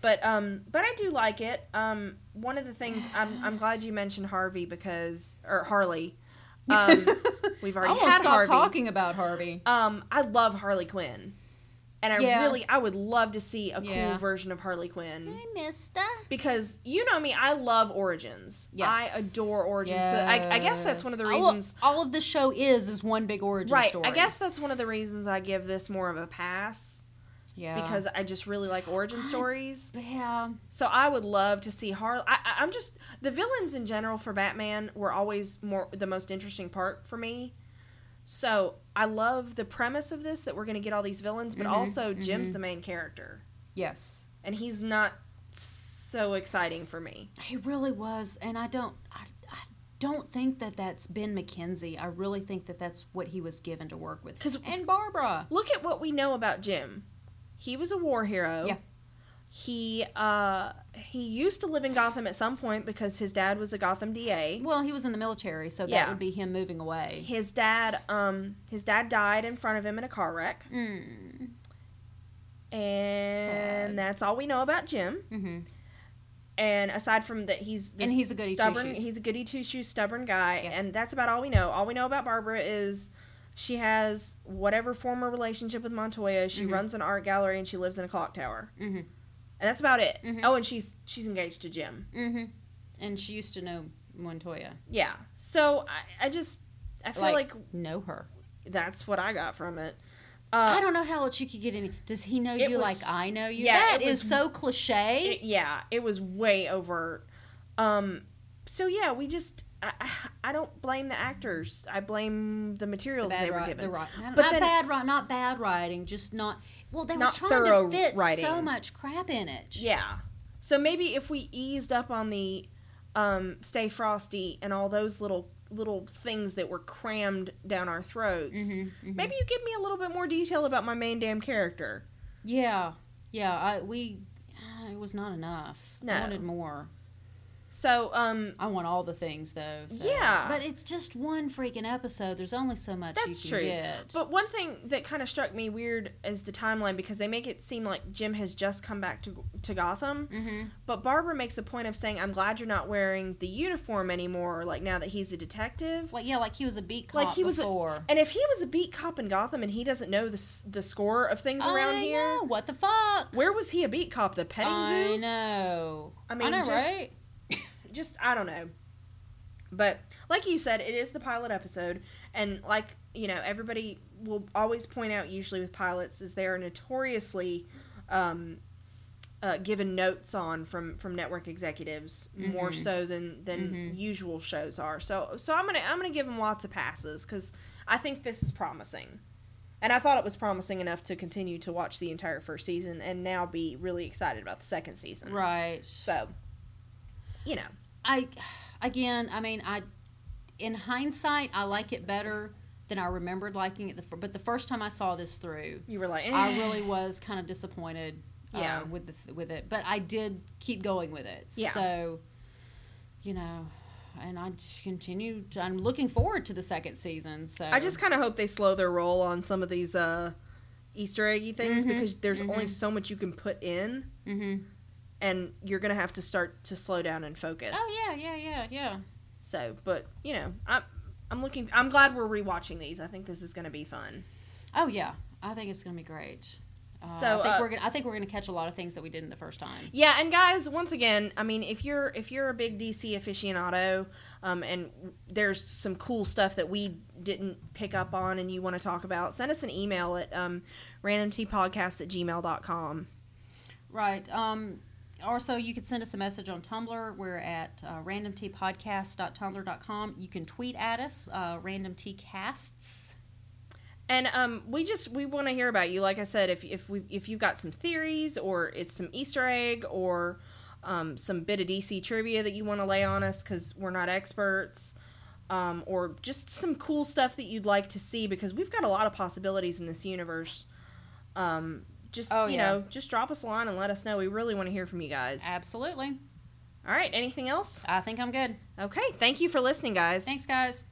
A: But um, but I do like it. Um, one of the things I'm I'm glad you mentioned Harvey because or Harley. Um, we've
B: I
A: already
B: almost
A: had
B: stopped
A: Harvey.
B: talking about Harvey.
A: Um, I love Harley Quinn, and I
B: Yeah.
A: really I would love to see a
B: Yeah.
A: cool version of Harley Quinn
B: Mister.
A: because you know me, I love origins. I
B: Yes.
A: adore origins. So I, I guess that's one of the reasons.
B: All, of this show is is one big origin
A: Right,
B: story.
A: I guess that's one of the reasons I give this more of a pass
B: Yeah.
A: because I just really like origin
B: I-
A: stories.
B: yeah.
A: So I would love to see Harley. I, I- I'm just the villains in general for Batman were always more the most interesting part for me. So I love the premise of this that we're going to get all these villains, but
B: Mhm,
A: also Jim's
B: mhm.
A: the main character,
B: Yes.
A: and he's not so exciting for me.
B: He really was, and I don't. I, I don't think that that's Ben McKenzie. I really think that that's what he was given to work with.
A: 'Cause-
B: and Barbara.
A: Look at what we know about Jim. He was a war hero.
B: Yeah.
A: He uh he used to live in Gotham at some point because his dad was a Gotham DA.
B: Well, he was in the military, so that
A: Yeah.
B: would be him moving away.
A: His dad um his dad died in front of him in a car wreck.
B: Mm.
A: and
B: Sad.
A: that's all we know about Jim.
B: Mm-hmm.
A: And aside from that, he's this
B: And he's a goody
A: stubborn.
B: two-shoes.
A: He's a goody two shoes stubborn guy,
B: Yeah.
A: and that's about all we know. All we know about Barbara is she has whatever former relationship with Montoya. She
B: Mhm.
A: runs an art gallery and she lives in a clock tower,
B: Mhm.
A: and that's about it.
B: Mhm.
A: Oh, and she's she's engaged to Jim.
B: Mm-hmm. And she used to know Montoya.
A: Yeah. So I, I just I feel like,
B: Like- Know her.
A: that's what I got from it.
B: I
A: Uh,
B: don't know how else you could get any. Does he know
A: It
B: you
A: was-
B: like I know you?
A: yeah,
B: that
A: it
B: is
A: was-
B: so cliche.
A: it- yeah, it was way overt. Um, so yeah, we just I, I- I don't blame the actors. I blame the material that they were
B: ri-
A: given.
B: the ri- not,
A: But
B: not
A: then-
B: bad writing, not bad writing, just not. Well, they were
A: Not
B: trying
A: thorough
B: to fit so
A: writing.
B: much crap in it.
A: Yeah. So maybe if we eased up on the um, Stay Frosty and all those little little things that were crammed down our throats,
B: Mhm, mhm.
A: maybe you give me a little bit more detail about my main damn character.
B: mm-hmm. Yeah, yeah. I we uh, it was not enough. I
A: No.
B: wanted more.
A: So um,
B: I want all the things though. so-
A: Yeah.
B: but it's just one freaking episode. There's only so much you
A: That's
B: can
A: true.
B: get.
A: But one thing that kind of struck me weird is the timeline because they make it seem like Jim has just come back to to Gotham,
B: hmm
A: but Barbara makes a point of saying, "I'm glad you're not wearing the uniform anymore. Like now that he's a detective."
B: Like yeah, like he was a beat cop
A: Like, he was a-
B: before.
A: And if he was a beat cop in Gotham and he doesn't know the s- the score of things around
B: I
A: here,
B: know. What the fuck?
A: where was he a beat cop? The petting
B: I
A: zoo?
B: know.
A: I mean,
B: know,
A: just-
B: right?
A: Just I don't know. But like you said, it is the pilot episode, and like you know, everybody will always point out. Usually with pilots, is they are notoriously um, uh, given notes on from from network executives more
B: Mhm.
A: so than than
B: Mhm.
A: usual shows are. So so I'm gonna I'm gonna give them lots of passes because I think this is promising. And I thought it was promising enough to continue to watch the entire first season and now be really excited about the second season.
B: Right.
A: So, you know,
B: I again, I mean, I in hindsight, I like it better than I remembered liking it. The, fir- but the first time I saw this through,
A: you were like, eh.
B: I really was kind of disappointed. uh,
A: Yeah.
B: with the, with it, but I did keep going with it.
A: Yeah.
B: So, you know, and I just continue. To, I'm looking forward to the second season. So
A: I just kind of hope they slow their roll on some of these uh, Easter eggy things
B: Mhm,
A: because there's only
B: mhm.
A: so much you can put in,
B: hmm
A: and you're gonna have to start to slow down and focus.
B: Oh yeah, yeah, yeah, yeah.
A: So, but you know, I'm I'm looking. I'm glad we're rewatching these. I think this is gonna be fun.
B: Oh yeah. I think it's gonna be great. Uh,
A: So,
B: I think
A: uh,
B: we're gonna. I think we're gonna catch a lot of things that we didn't the first time.
A: Yeah, and guys, once again, I mean, if you're if you're a big DC aficionado, um, and there's some cool stuff that we didn't pick up on, and you want to talk about, send us an email at um, randomtpodcast at gmail.com.
B: Right. Um, also, you can send us a message on Tumblr. We're at uh, randomtpodcast.tumblr.com. You can tweet at us, uh, randomtcasts.
A: And um, we just we want to hear about you. Like I said, if if we if you've got some theories or it's some Easter egg or um, some bit of DC trivia that you want to lay on us because we're not experts, um, or just some cool stuff that you'd like to see because we've got a lot of possibilities in this universe. Um, just
B: Oh,
A: you
B: yeah.
A: know, just drop us a line and let us know. We really want to hear from you guys.
B: Absolutely.
A: All right, anything else?
B: I think I'm good.
A: Okay, thank you for listening, guys.
B: Thanks, guys.